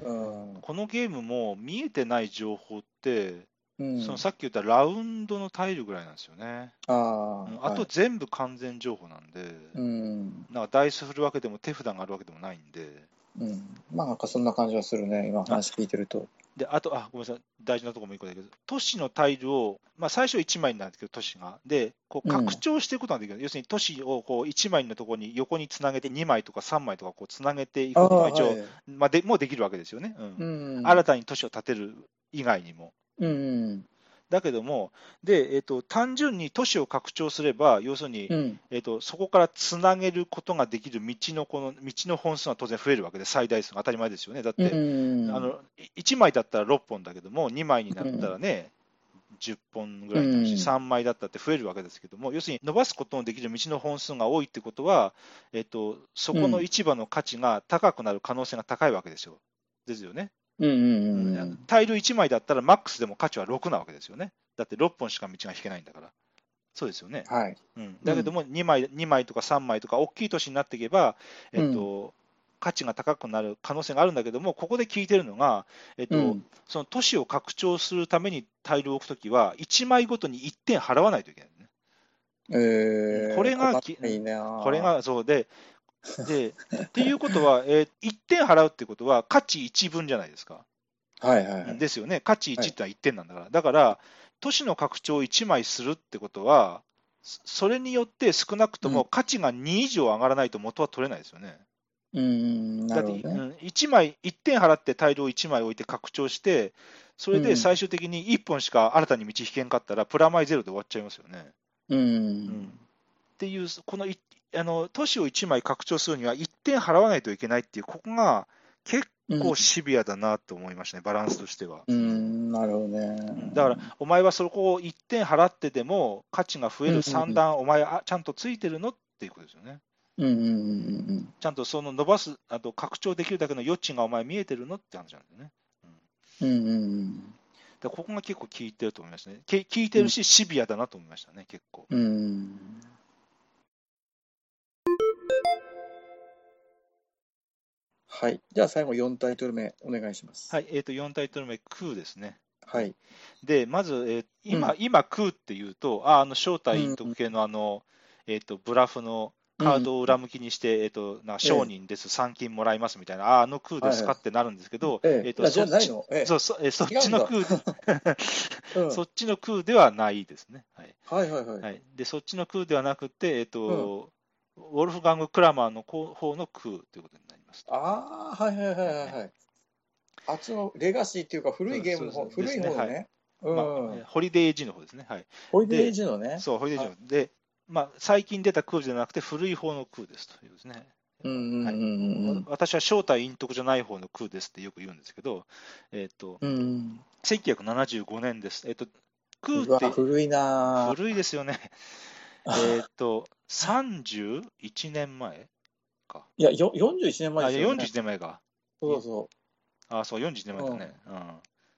[SPEAKER 2] うんう
[SPEAKER 1] うん
[SPEAKER 2] んこのゲームも見えてない情報って、
[SPEAKER 1] うん、
[SPEAKER 2] そのさっき言ったラウンドのタイルぐらいなんですよね、
[SPEAKER 1] あ
[SPEAKER 2] うん
[SPEAKER 1] ー
[SPEAKER 2] あと
[SPEAKER 1] はい
[SPEAKER 2] 全部完全情報なんで、
[SPEAKER 1] うん
[SPEAKER 2] なんかダイス振るわけでも手札があるわけでもないんで、
[SPEAKER 1] うん、まあなんかそんな感じはするね、今話聞いてると。
[SPEAKER 2] であとあごめんなさい、大事なところも一個だけど、都市のタイルを、まあ、最初1枚なんですけど、都市が、でこう
[SPEAKER 1] うん
[SPEAKER 2] 拡張していくことができる、要するに都市をこう1枚のところに横につなげて、2枚とか3枚とかこうつなげていくことが
[SPEAKER 1] ー
[SPEAKER 2] 一応、
[SPEAKER 1] はい
[SPEAKER 2] まあ、でもうできるわけですよね、うん
[SPEAKER 1] うん、
[SPEAKER 2] 新たに都市を建てる以外にも。
[SPEAKER 1] うん
[SPEAKER 2] だけども、でえっと単純に都市を拡張すれば、要するに、
[SPEAKER 1] うん
[SPEAKER 2] えっとそこからつなげることができる道のこの道の本数が当然増えるわけで、最大数が当たり前ですよね。だっ
[SPEAKER 1] う
[SPEAKER 2] て、
[SPEAKER 1] ん、
[SPEAKER 2] あの1枚だったら6本だけども、2枚になったらね、10本ぐらいになるし、
[SPEAKER 1] うん
[SPEAKER 2] 3枚だったって増えるわけですけども、要するに伸ばすことのできる道の本数が多いってことは、えっと、そこの市場の価値が高くなる可能性が高いわけですよ。ですよね。
[SPEAKER 1] うんうんうん
[SPEAKER 2] タイル1枚だったら、マックスでも価値は6なわけですよね。だって6本しか道が引けないんだから。そうですよね。
[SPEAKER 1] はい。
[SPEAKER 2] うん、だけども2枚、2枚とか3枚とか大きい年になっていけば、えっと価値が高くなる可能性があるんだけども、ここで聞いてるのが、えっと
[SPEAKER 1] うん
[SPEAKER 2] その都市を拡張するためにタイルを置くときは、1枚ごとに1点払わないといけない、ね、
[SPEAKER 1] えー、
[SPEAKER 2] これがき
[SPEAKER 1] きいいな。
[SPEAKER 2] これ、がそうで。でっていうことは、えー1点払うってことは価値1分じゃないですか。
[SPEAKER 1] はいはいはい。
[SPEAKER 2] ですよね、価値1ってのは1点なんだから、だから、都市の拡張を1枚するってことは、そそれによって少なくとも
[SPEAKER 1] うん
[SPEAKER 2] 価値が2以上上がらないと元は取れないですよね。
[SPEAKER 1] うん、な
[SPEAKER 2] だっ
[SPEAKER 1] る
[SPEAKER 2] て、
[SPEAKER 1] ほどね。
[SPEAKER 2] うん、1枚、1点払って大量1枚置いて拡張して、それで最終的に1本しか新たに道引けんかったら、プラマイゼロで終わっちゃいますよね。
[SPEAKER 1] う
[SPEAKER 2] うんっ
[SPEAKER 1] ん。
[SPEAKER 2] ていう、このいあの都市を1枚拡張するには1点払わないといけないっていう、ここが結構シビアだなと思いましたね、バランスとしては。
[SPEAKER 1] うん、なるほどね。
[SPEAKER 2] だから、お前はそこを1点払ってでも価値が増え
[SPEAKER 1] うんうんうん
[SPEAKER 2] る算段、お前あ、ちゃんとついてるのっていうことですよね。
[SPEAKER 1] うんうんうんうん
[SPEAKER 2] ちゃんとその伸ばす、あと拡張できるだけの余地がお前見えてるのって話なんですよね。
[SPEAKER 1] うんうんうん
[SPEAKER 2] だからここが結構効いてると思いましたね。け効いてるし、シビアだなと思いましたね、結構。
[SPEAKER 1] うんうんはい。じゃあ最後4タイトル目お願いします。
[SPEAKER 2] はい、えー、と4タイトル目、空ですね。
[SPEAKER 1] はい。
[SPEAKER 2] で、まず、えー今、
[SPEAKER 1] うん
[SPEAKER 2] 今空っていうと、ああの正体特系のあの、えー、とブラフのカードを裏向きにして、えー、とな商人です、参金もらいますみたいな、あああの空です
[SPEAKER 1] はいは
[SPEAKER 2] か
[SPEAKER 1] い
[SPEAKER 2] ってなるんですけど、
[SPEAKER 1] ええ
[SPEAKER 2] えー
[SPEAKER 1] い
[SPEAKER 2] と
[SPEAKER 1] やじゃあ
[SPEAKER 2] そ
[SPEAKER 1] な
[SPEAKER 2] っ
[SPEAKER 1] い
[SPEAKER 2] ち
[SPEAKER 1] のええ
[SPEAKER 2] そうそえーそっちの空、
[SPEAKER 1] うん
[SPEAKER 2] そっちの空ではないですね。はい
[SPEAKER 1] はいはいはい。
[SPEAKER 2] はい、でそっちの空ではなくて、えっとウォルフガング・クラマーの方の空ということになります。
[SPEAKER 1] ああ、はいはいはいはいはい。あっちのレガシーっていうか古いゲームの
[SPEAKER 2] そ
[SPEAKER 1] 方、
[SPEAKER 2] うそう
[SPEAKER 1] 古
[SPEAKER 2] そう
[SPEAKER 1] い方の
[SPEAKER 2] で
[SPEAKER 1] ね。う
[SPEAKER 2] まあ
[SPEAKER 1] ん。
[SPEAKER 2] ホリデー・エイジの方ですね。はい、
[SPEAKER 1] ホイデージのね。
[SPEAKER 2] そう、ホリデー・エイジの方で、まあ、最近出た空じゃなくて、古い方の空ですということですね。
[SPEAKER 1] うんうんうんうん
[SPEAKER 2] わ私は正体隠匿じゃない方の空ですってよく言うんですけど、えっと
[SPEAKER 1] うん。うん。
[SPEAKER 2] 1975年です。えっと空
[SPEAKER 1] う
[SPEAKER 2] っ
[SPEAKER 1] わ
[SPEAKER 2] て
[SPEAKER 1] 古いなー
[SPEAKER 2] 古いです よね。えっと31年前か。
[SPEAKER 1] いや、よ41年
[SPEAKER 2] あ
[SPEAKER 1] 前
[SPEAKER 2] い
[SPEAKER 1] で
[SPEAKER 2] や
[SPEAKER 1] すよ、ね
[SPEAKER 2] 41。年前か。
[SPEAKER 1] そうそ
[SPEAKER 2] あ、そう、41年前だね。うん。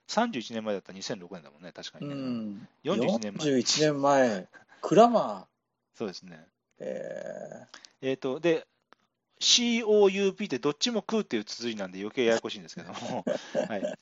[SPEAKER 2] 31年前だったら2006年だもんね、確か
[SPEAKER 1] う。
[SPEAKER 2] に
[SPEAKER 1] う
[SPEAKER 2] ね。
[SPEAKER 1] ん。
[SPEAKER 2] 41年前。
[SPEAKER 1] 41年前。クラマ
[SPEAKER 2] そうですね。
[SPEAKER 1] ー。え
[SPEAKER 2] えっ、と、で、COUP ってどっちも食うっていう綴りなんで余計ややこしいんですけど も、はい。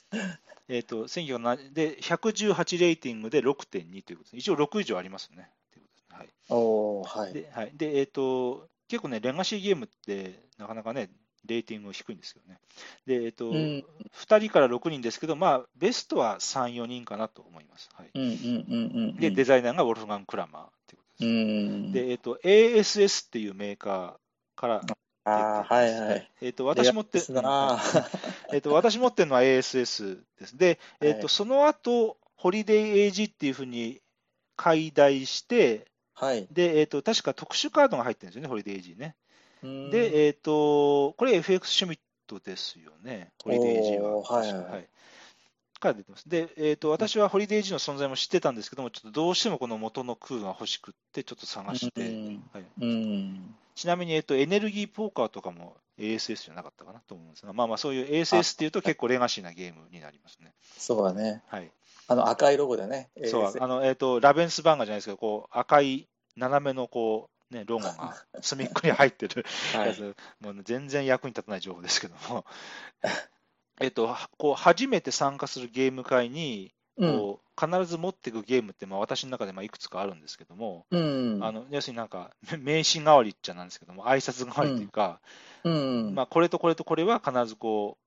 [SPEAKER 2] えっ、と、1970で、118レーティングで6.2ということです。一応6以上ありますよね。ということですねはい。
[SPEAKER 1] ー、おー、はい。
[SPEAKER 2] で、はい、でえっ、と、結構ね、レガシーゲームってなかなかね、レーティング低いんですけどね。で、えっ、と、
[SPEAKER 1] うん
[SPEAKER 2] 2人から6人ですけど、まあ、ベストは3、4人かなと思います。はい。
[SPEAKER 1] うんうんうんうんうん。
[SPEAKER 2] で、デザイナーがウォルフガン・クラマーっていうこと
[SPEAKER 1] う
[SPEAKER 2] です。
[SPEAKER 1] ん。
[SPEAKER 2] で、えっ、と、ASS っていうメーカーから出て
[SPEAKER 1] ああ、はいはい。
[SPEAKER 2] えっ、と、私持って、
[SPEAKER 1] レアですな
[SPEAKER 2] えっ、と、私持ってるのは ASS です。で、えっ、と、
[SPEAKER 1] はい
[SPEAKER 2] その後、ホリデー・エイジっていうふうに解体して、
[SPEAKER 1] ーはい。
[SPEAKER 2] で、えっ、と、確か特殊カードが入ってるんですよね、ホリデー・エイジね。
[SPEAKER 1] うん
[SPEAKER 2] で、えっ、と、これ FX シュミットですよね、ホリデー・エイジは。
[SPEAKER 1] おーはいはいはい
[SPEAKER 2] から出てます。で、えっ、と、私はホリデー・エイジの存在も知ってたんですけども、ちょっとどうしてもこの元の空が欲しくって、ちょっと探して、
[SPEAKER 1] うん
[SPEAKER 2] はい、
[SPEAKER 1] うん。
[SPEAKER 2] ちなみに、えっと、エネルギーポーカーとかも ASS じゃなかったかなと思うんですが、まあまあ、そういう ASS っていうと結構レガシーなゲームになりますね。
[SPEAKER 1] そうだね。
[SPEAKER 2] はい。
[SPEAKER 1] あの赤いロゴでね。
[SPEAKER 2] そう、
[SPEAKER 1] ASS
[SPEAKER 2] あの、えっと、ラベンスバンガーじゃないですけど、こう、赤い斜めのこう、ね、ロゴが隅っこに入ってる
[SPEAKER 1] は
[SPEAKER 2] や
[SPEAKER 1] い。
[SPEAKER 2] つ、もうね全然役に立たない情報ですけども、 えっと、はこう、初めて参加するゲーム会に、
[SPEAKER 1] うん。
[SPEAKER 2] こう、必ず持っていくゲームって、まあ、私の中でまあいくつかあるんですけども、
[SPEAKER 1] うん。
[SPEAKER 2] あの、要するになんか、名刺代わりっちゃなんですけども、挨拶代わりというか、
[SPEAKER 1] うん。
[SPEAKER 2] まあ、これとこれとこれは必ずこう、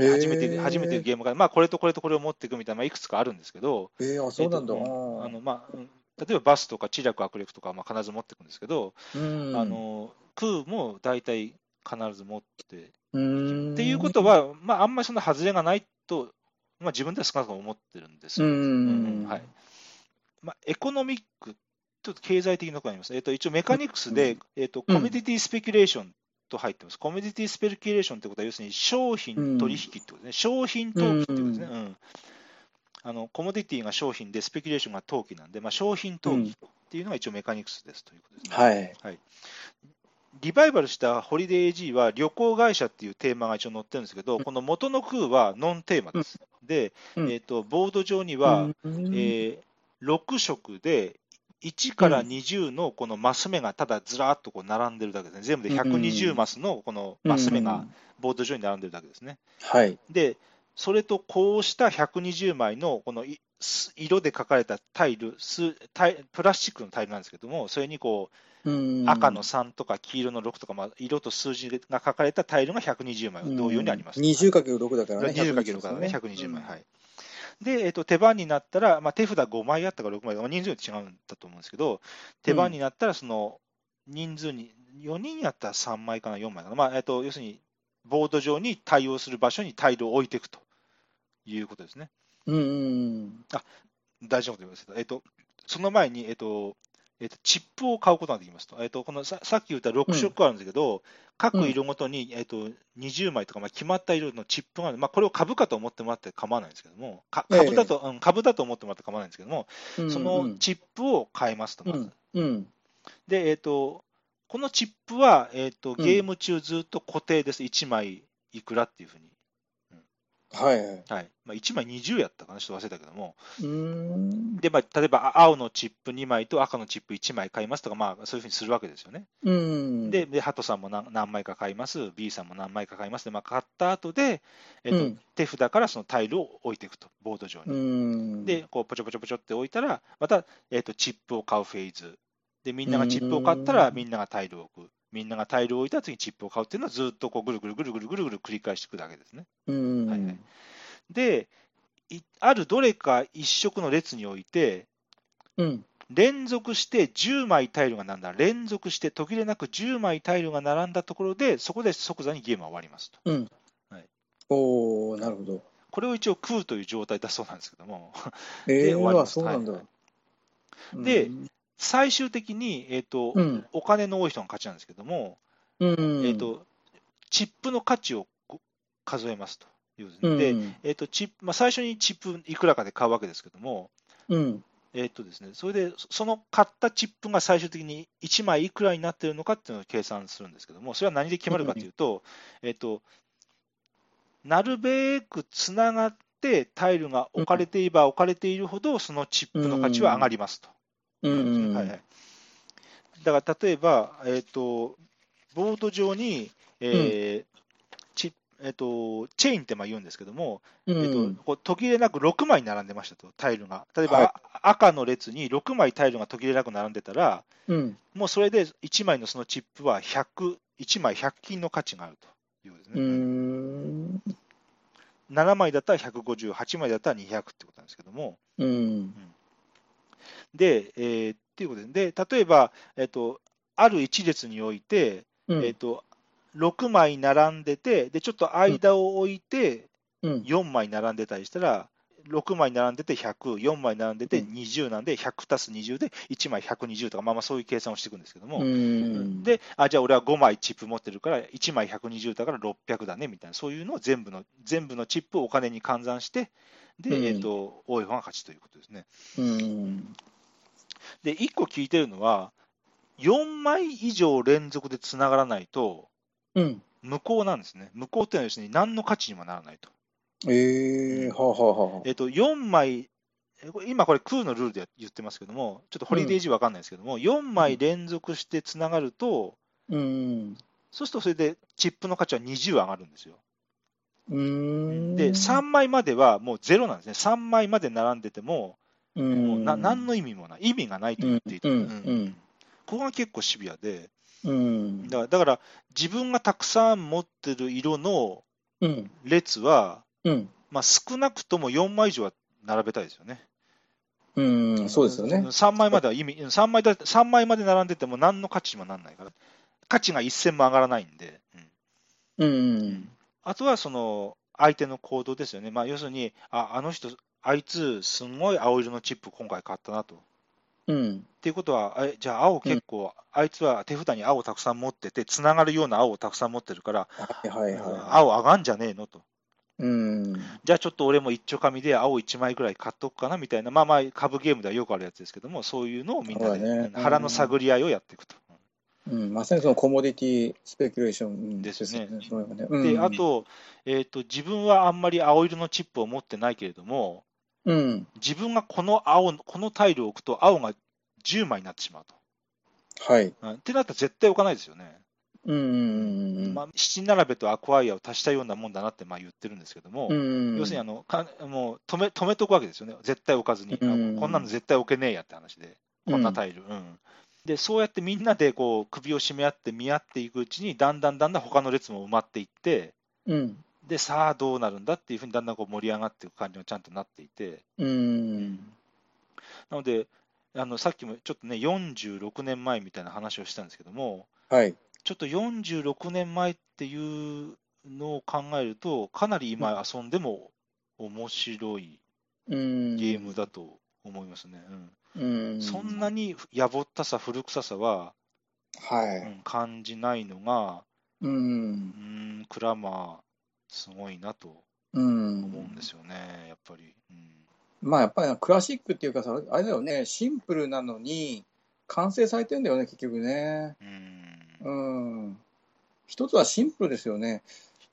[SPEAKER 1] えー
[SPEAKER 2] 初めて、初めてゲームから、まあ、これとこれとこれを持っていくみたいな、まあ、いくつかあるんですけど、
[SPEAKER 1] えーあ、そうなんだ。
[SPEAKER 2] えっと
[SPEAKER 1] うん
[SPEAKER 2] あのまあ、うん例えばバスとか、知略、悪力とか、まあ、必ず持っていくんですけど、
[SPEAKER 1] うん。
[SPEAKER 2] あの空も大体必ず持って、
[SPEAKER 1] うん。
[SPEAKER 2] っていうことは、まあ、あんまりそんな外れがないと、まあ、自分では少なくとも思ってるんですよ。
[SPEAKER 1] うん
[SPEAKER 2] うんはいまあ、エコノミック、ちょっと経済的なところになります。えっと一応、メカニクスで、えっとコ
[SPEAKER 1] うん
[SPEAKER 2] モディティスペキュレーションと入ってます。コモディティスペキュレーションってことは、要するに商
[SPEAKER 1] うん
[SPEAKER 2] 品取引ってことですね。商品投機ってことですね。うんあのコモディティが商品で、スペキュレーションが投機なんで、まあ、商品投機っていうのが一応メカニクスですということですね。
[SPEAKER 1] はい。
[SPEAKER 2] リバイバルしたホリデー AG は旅行会社っていうテーマが一応載ってるんですけど、この元の空はノンテーマです。で、
[SPEAKER 1] うん
[SPEAKER 2] えっとボード上には、
[SPEAKER 1] うん
[SPEAKER 2] えー6色で1から20のこのマス目がただずらっとこう並んでるだけですね、全部で120マスのこのマス目
[SPEAKER 1] う
[SPEAKER 2] が
[SPEAKER 1] ん
[SPEAKER 2] ボード上に並んでるだけですね。
[SPEAKER 1] はい。
[SPEAKER 2] で、それとこうした120枚のこのいす色で書かれたタイルすタイ、プラスチックのタイルなんですけども、それにこう赤の3とか黄色の6とか、まあ、色と数字が書かれたタイルが120枚同様にあります。
[SPEAKER 1] 20かける6だからね。
[SPEAKER 2] 20かけるからね、120枚、
[SPEAKER 1] うん
[SPEAKER 2] はい。で、えっと、手番になったら、まあ、手札5枚あったか6枚、まあ人数によって違うんだと思うんですけど、手番になったら、その人数に、4人やったら3枚かな、4枚かな、まあえっと、要するにボード上に対応する場所にタイルを置いていくということですね。
[SPEAKER 1] うんうん
[SPEAKER 2] 大事なこと言いました。えっと、その前に、えっと、えっと、チップを買うことができますと。えっと、このささっき言った6色あるんですけど、各色ごとに、えっと、20枚とか、まあ、決まった色のチップがある。まあ、これを株かと思ってもらって構わないんですけども、か株だと、うん、株だと思ってもらって構わないんですけども、
[SPEAKER 1] うん。
[SPEAKER 2] そのチップを買えますと、まず。
[SPEAKER 1] うんうん
[SPEAKER 2] で、えっと、このチップは、えっと、
[SPEAKER 1] うん
[SPEAKER 2] ゲーム中ずっと固定です。1枚いくらっていうふうに。
[SPEAKER 1] はいはい。
[SPEAKER 2] はい。まあ、1枚20やったかな、ちょっと忘れたけども。
[SPEAKER 1] うーん。
[SPEAKER 2] で、まあ、例えばあ青のチップ2枚と赤のチップ1枚買いますとか、まあ、そういうふうにするわけですよね。
[SPEAKER 1] うん。
[SPEAKER 2] で、でハトさんも何何枚か買います、B さんも何枚か買いますで、まあ、買った後で、えっと
[SPEAKER 1] うん
[SPEAKER 2] 手札からそのタイルを置いていくと、ボード上
[SPEAKER 1] う
[SPEAKER 2] に。
[SPEAKER 1] ん。
[SPEAKER 2] で、こうポチョポチョポチョって置いたら、また、えっとチップを買うフェーズ。で、みんながチップを買ったら、
[SPEAKER 1] うん
[SPEAKER 2] みんながタイルを置く。みんながタイルを置いたら次チップを買うっていうのはずっとこうぐるぐるぐるぐるぐるぐる繰り返していくだけですね。
[SPEAKER 1] うん。
[SPEAKER 2] はいはいで、いあるどれか一色の列において、
[SPEAKER 1] うん。
[SPEAKER 2] 連続して10枚タイルが並んだ、連続して途切れなく10枚タイルが並んだところで、そこで即座にゲームは終わりますと。
[SPEAKER 1] うん。
[SPEAKER 2] はい
[SPEAKER 1] おおなるほど。
[SPEAKER 2] これを一応空という状態だそうなんですけども、
[SPEAKER 1] ええ
[SPEAKER 2] で終わり
[SPEAKER 1] ー、
[SPEAKER 2] ま
[SPEAKER 1] あ
[SPEAKER 2] す
[SPEAKER 1] そうなんだ。
[SPEAKER 2] はい
[SPEAKER 1] うん
[SPEAKER 2] で最終的に、えっと
[SPEAKER 1] うん。
[SPEAKER 2] お金の多い人が勝ちなんですけども、
[SPEAKER 1] うん。
[SPEAKER 2] えっ、と、チップの価値をこ数えますということ
[SPEAKER 1] う
[SPEAKER 2] です
[SPEAKER 1] ん、
[SPEAKER 2] ねで、えっとチップまあ、最初にチップいくらかで買うわけですけども、
[SPEAKER 1] うん。
[SPEAKER 2] えっとですね、それで、その買ったチップが最終的に1枚いくらになってるのかっていうのを計算するんですけども、それは何で決まるかというと、えっと、なるべくつながってタイルが置かれていれば置かれているほど、そのチップの価値は上がりますと。
[SPEAKER 1] うん。
[SPEAKER 2] はいはい、だから例えば、えっと、ボード上に、えーチえっと、チェーンってまあ言うんですけども、
[SPEAKER 1] うん。
[SPEAKER 2] えっと、こう途切れなく6枚並んでましたと、タイルが。例えば、
[SPEAKER 1] はい
[SPEAKER 2] あ赤の列に6枚タイルが途切れなく並んでたら、
[SPEAKER 1] うん。
[SPEAKER 2] もうそれで1枚のそのチップは100、1枚100均の価値があるということです
[SPEAKER 1] うー
[SPEAKER 2] ね。
[SPEAKER 1] ん。
[SPEAKER 2] 7枚だったら150、8枚だったら200ってことなんですけども、
[SPEAKER 1] うん。
[SPEAKER 2] で、えーっていうことで、で例えば、えっと、ある1列において、
[SPEAKER 1] うん
[SPEAKER 2] えっと、6枚並んでて、で、ちょっと間を置いて、
[SPEAKER 1] うん。
[SPEAKER 2] 4枚並んでたりしたら、6枚並んでて100、4枚並んでて
[SPEAKER 1] うん
[SPEAKER 2] 20なんで、100足す20で1枚120とか、まあまあそういう計算をしていくんですけども、
[SPEAKER 1] うん。
[SPEAKER 2] であ、じゃあ俺は5枚チップ持ってるから、1枚120だから600だねみたいな、そういうのを全部の全部のチップをお金に換算して、で、
[SPEAKER 1] うん
[SPEAKER 2] えっと多い方が勝ちということですね。
[SPEAKER 1] うん。
[SPEAKER 2] で、1個聞いてるのは、4枚以上連続でつながらないと、
[SPEAKER 1] うん。
[SPEAKER 2] 無効なんですね。無効っていうのは要するに何の価値にもならないと。
[SPEAKER 1] ええー、はあ、はあはあ。
[SPEAKER 2] えっと、4枚、えこれ今これ、空のルールで言ってますけども、ちょっとホリデージわかんないですけども、4枚連続してつながると、
[SPEAKER 1] うん。
[SPEAKER 2] そうするとそれでチップの価値は20上がるんですよ。
[SPEAKER 1] うーん。
[SPEAKER 2] で、3枚まではもうゼロなんですね、3枚まで並んでても、
[SPEAKER 1] う。
[SPEAKER 2] もうんな何の意味もない、意味がないと言っていた、
[SPEAKER 1] うん
[SPEAKER 2] うん
[SPEAKER 1] うん
[SPEAKER 2] ここが結構シビアで、
[SPEAKER 1] うん。
[SPEAKER 2] だからだから自分がたくさん持ってる色の
[SPEAKER 1] うん。
[SPEAKER 2] 列は、
[SPEAKER 1] うん。
[SPEAKER 2] まあ、少なくとも4枚以上は並べたいですよね。
[SPEAKER 1] うん。そうですよね。
[SPEAKER 2] 3枚までは意味、三枚だ三枚まで並んでても何の価値にもなんないから、価値が一銭も上がらないんで、う
[SPEAKER 1] う
[SPEAKER 2] ん
[SPEAKER 1] ん。
[SPEAKER 2] あとはその相手の行動ですよね、まあ、要するに、ああの人、あいつ、すごい青色のチップ、今回買ったなと。っ
[SPEAKER 1] うん。
[SPEAKER 2] ていうことは、えじゃあ、青結構、あいつは手札に青をたくさん持ってて、つながるような青をたくさん持ってるから、
[SPEAKER 1] はいはいは
[SPEAKER 2] 青上がんじゃねえのと。
[SPEAKER 1] い。うん。
[SPEAKER 2] じゃあちょっと俺も一丁紙で青1枚ぐらい買っとくかなみたいな、まあまあ株ゲームではよくあるやつですけども、そういうのをみんなで、
[SPEAKER 1] そうだねうん
[SPEAKER 2] 腹の探り合いをやっていくと。
[SPEAKER 1] うん、まさにそのコモディティスペキュレーション
[SPEAKER 2] ですね
[SPEAKER 1] そういうのねうん
[SPEAKER 2] で、あと,、えー、と、自分はあんまり青色のチップを持ってないけれども、
[SPEAKER 1] うん、
[SPEAKER 2] 自分がこの青、このタイルを置くと青が10枚になってしまうと。
[SPEAKER 1] はい。
[SPEAKER 2] うんってなったら絶対置かないですよね。
[SPEAKER 1] うんうんうん
[SPEAKER 2] まあ、七並べとアクアイアを足したようなもんだなってまあ言ってるんですけども、
[SPEAKER 1] うん、うん
[SPEAKER 2] 要するにあのかもう止め止めとくわけですよね、絶対置かずに、あ
[SPEAKER 1] うん
[SPEAKER 2] こんなの絶対置けねえやって話で、こんなタイル。うんで、そうやってみんなでこう首を絞め合って見合っていくうちに、だんだんだんだん他の列も埋まっていって、
[SPEAKER 1] うん
[SPEAKER 2] で、さあどうなるんだっていうふうにだんだんこう盛り上がっていく感じがちゃんとなっていて、
[SPEAKER 1] うん
[SPEAKER 2] なので、あのさっきもちょっとね、46年前みたいな話をしたんですけども、
[SPEAKER 1] はい。
[SPEAKER 2] ちょっと46年前っていうのを考えると、かなり今遊んでも面白い
[SPEAKER 1] うん。
[SPEAKER 2] ゲームだと思いますね。うん
[SPEAKER 1] うん。
[SPEAKER 2] そんなにやぼったさ、古臭さは、
[SPEAKER 1] は
[SPEAKER 2] う
[SPEAKER 1] い。
[SPEAKER 2] ん感じないのが、
[SPEAKER 1] うん
[SPEAKER 2] う。ーん、クラマー、すごいなと
[SPEAKER 1] う
[SPEAKER 2] 思うん
[SPEAKER 1] ん
[SPEAKER 2] で。すよね、やっぱり。うん
[SPEAKER 1] まあやっぱりクラシックっていうかさ、あれだよね、シンプルなのに、完成されてんだよね、結局ね。
[SPEAKER 2] うん
[SPEAKER 1] うん。一つはシンプルですよね。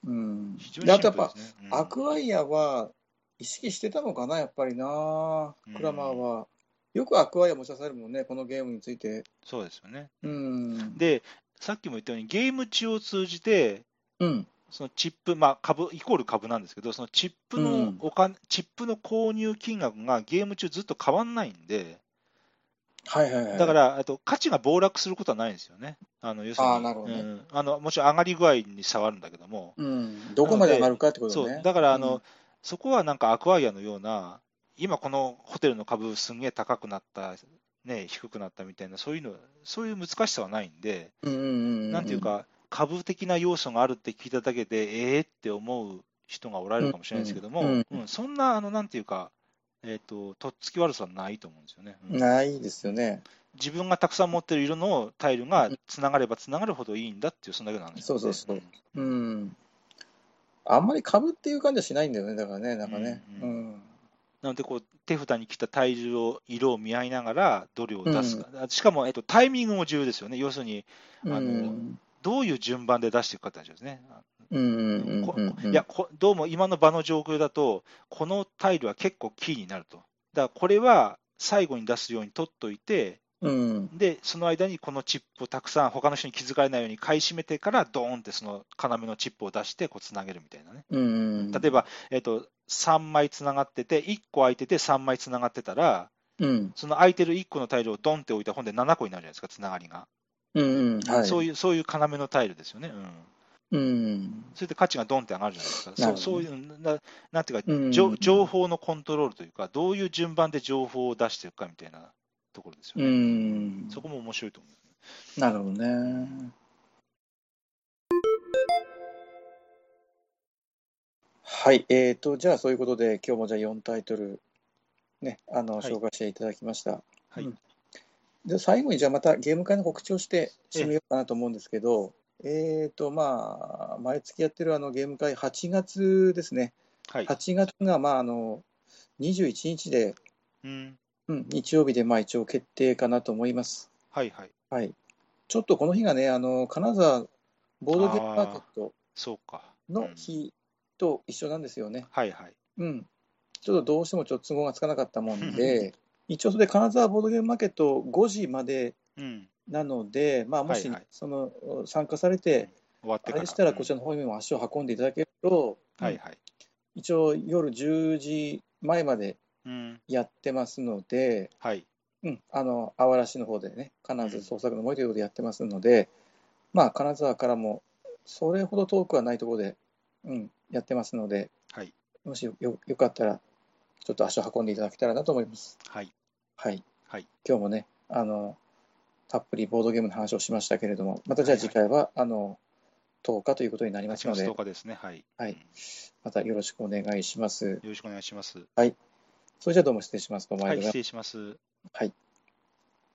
[SPEAKER 1] うん。
[SPEAKER 2] 非常に
[SPEAKER 1] で、
[SPEAKER 2] シ
[SPEAKER 1] あ
[SPEAKER 2] ン
[SPEAKER 1] と
[SPEAKER 2] プ
[SPEAKER 1] や
[SPEAKER 2] ル
[SPEAKER 1] っぱ
[SPEAKER 2] です、ね。うん
[SPEAKER 1] アクアイアは意識してたのかな、やっぱりな
[SPEAKER 2] うん、
[SPEAKER 1] クラマーは。よくアクアイア持ち出されるもんね、このゲームについて。
[SPEAKER 2] そうですよね。
[SPEAKER 1] うん。
[SPEAKER 2] で、さっきも言ったように、ゲーム中を通じて、
[SPEAKER 1] うん。
[SPEAKER 2] そのチップ、まあ、株、イコール株なんですけど、そのチップ
[SPEAKER 1] う
[SPEAKER 2] の
[SPEAKER 1] ん
[SPEAKER 2] お金、チップの購入金額がゲーム中ずっと変わんないんで、
[SPEAKER 1] はいはいはい。
[SPEAKER 2] だから、あと価値が暴落することはないんですよね。あの要するに
[SPEAKER 1] あーなるほどね
[SPEAKER 2] うんあのもちろん上がり具合に差はあるんだけども、
[SPEAKER 1] うん、どこまで上がるかってこと
[SPEAKER 2] そ
[SPEAKER 1] ね。
[SPEAKER 2] うだからあの、
[SPEAKER 1] うん
[SPEAKER 2] そこはなんかアクアイアのような、今このホテルの株すんげえ高くなった、ね、低くなったみたいな、そういうの、そういう難しさはないんで、
[SPEAKER 1] うんうんうんうん、
[SPEAKER 2] なんていうか、株的な要素があるって聞いただけで、ええって思う人がおられるかもしれないですけども、
[SPEAKER 1] う
[SPEAKER 2] うん
[SPEAKER 1] うん
[SPEAKER 2] ん
[SPEAKER 1] うん
[SPEAKER 2] そんな、あのなんていうか、えーと、とっつき悪さはないと思うんですよね。うん
[SPEAKER 1] ないですよね。
[SPEAKER 2] 自分がたくさん持ってる色のタイルがつながればつながるほどいいんだっていう、そんだけなんですよね。。
[SPEAKER 1] そうそうそうんうん。あんまり株っていう感じはしないんだよね、だからね、なんかね。
[SPEAKER 2] う
[SPEAKER 1] うん
[SPEAKER 2] うん
[SPEAKER 1] ん。
[SPEAKER 2] なのでこう、手札に来た体重を、色を見合いながら、どれを出すか、しかも、えっと、タイミングも重要ですよね、要するに、
[SPEAKER 1] うん。
[SPEAKER 2] あの
[SPEAKER 1] うん
[SPEAKER 2] どういう順番で出していくかって話ですね。
[SPEAKER 1] うんうん
[SPEAKER 2] こ
[SPEAKER 1] うん。
[SPEAKER 2] いやこどうも今の場の状況だと、このタイルは結構キーになると。だからこれは最後に出すように取っといて、
[SPEAKER 1] うん。
[SPEAKER 2] で、その間にこのチップをたくさん、他の人に気づかれないように買い占めてから、ドーンってその要のチップを出して、こうつなげるみたいなね。
[SPEAKER 1] うんうん。
[SPEAKER 2] 例えば、えっと、3枚つながってて、1個空いてて3枚つながってたら、
[SPEAKER 1] うん。
[SPEAKER 2] その空いてる1個のタイルをドンって置いた本で7個になるじゃないですか、つながりが。
[SPEAKER 1] うんうん。はい。
[SPEAKER 2] そう
[SPEAKER 1] い
[SPEAKER 2] いう、そういう要のタイルですよね。
[SPEAKER 1] う。
[SPEAKER 2] うん。
[SPEAKER 1] うん。
[SPEAKER 2] それで価値がドンって上がるじゃないですか。
[SPEAKER 1] な
[SPEAKER 2] そ
[SPEAKER 1] る
[SPEAKER 2] う
[SPEAKER 1] ほど
[SPEAKER 2] そういうな、なんていうか、
[SPEAKER 1] うん
[SPEAKER 2] 情情報のコントロールというか、どういう順番で情報を出していくかみたいなところですよ
[SPEAKER 1] う
[SPEAKER 2] ね。
[SPEAKER 1] ん。
[SPEAKER 2] そこも面白いと思う。
[SPEAKER 1] なるほどね。はい、えーと、じゃあそういうことで、今日もじゃあ4タイトル、ね、あの、
[SPEAKER 2] はい
[SPEAKER 1] 紹介していただきました。
[SPEAKER 2] はい。
[SPEAKER 1] うんで最後にじゃあまたゲーム会の告知をして締めようかなと思うんですけど、えーとまあ、毎月やってるあのゲーム会、8月ですね、
[SPEAKER 2] はい。
[SPEAKER 1] 8月がまああの21日で、
[SPEAKER 2] うん。
[SPEAKER 1] うん、日曜日でまあ一応決定かなと思います。
[SPEAKER 2] はいはい。
[SPEAKER 1] はい、ちょっとこの日がね、あの金沢ボードゲームマーケット
[SPEAKER 2] そうか。
[SPEAKER 1] の
[SPEAKER 2] うん
[SPEAKER 1] 日と一緒なんですよね。
[SPEAKER 2] はいはい。
[SPEAKER 1] うん、ちょっとどうしてもちょっと都合がつかなかったもんで、一応それで金沢ボードゲームマーケット5時まで
[SPEAKER 2] うん。
[SPEAKER 1] なので、まあ、もし
[SPEAKER 2] はいはい
[SPEAKER 1] その参加されて、
[SPEAKER 2] 終わっ
[SPEAKER 1] あ
[SPEAKER 2] て
[SPEAKER 1] れ
[SPEAKER 2] から。
[SPEAKER 1] でしたらこちらの方にも足を運んでいただけると、
[SPEAKER 2] うんはいはい。
[SPEAKER 1] 一応夜10時前まで
[SPEAKER 2] うん。
[SPEAKER 1] やってますので、
[SPEAKER 2] はい。
[SPEAKER 1] うん、あのあわら市の方でね、金沢創作の森ということでやってますので、まあ、金沢からもそれほど遠くはないところで、うん、やってますので、
[SPEAKER 2] はい。
[SPEAKER 1] もしよよかったら、ちょっと足を運んでいただけたらなと思います。
[SPEAKER 2] はい。
[SPEAKER 1] はい、
[SPEAKER 2] はい。
[SPEAKER 1] 今日もねあのたっぷりボードゲームの話をしましたけれどもまたじゃあ次回は、あの10日ということになります
[SPEAKER 2] 8
[SPEAKER 1] の
[SPEAKER 2] 月
[SPEAKER 1] で
[SPEAKER 2] 10日ですね。はい。
[SPEAKER 1] はい
[SPEAKER 2] うんよ
[SPEAKER 1] またよろしくお願いします
[SPEAKER 2] ろしくお願いします。
[SPEAKER 1] それじゃあどうも失礼しますどうもあ
[SPEAKER 2] は
[SPEAKER 1] り
[SPEAKER 2] い。
[SPEAKER 1] がとうございま
[SPEAKER 2] 失
[SPEAKER 1] す、
[SPEAKER 2] 礼します。
[SPEAKER 1] はい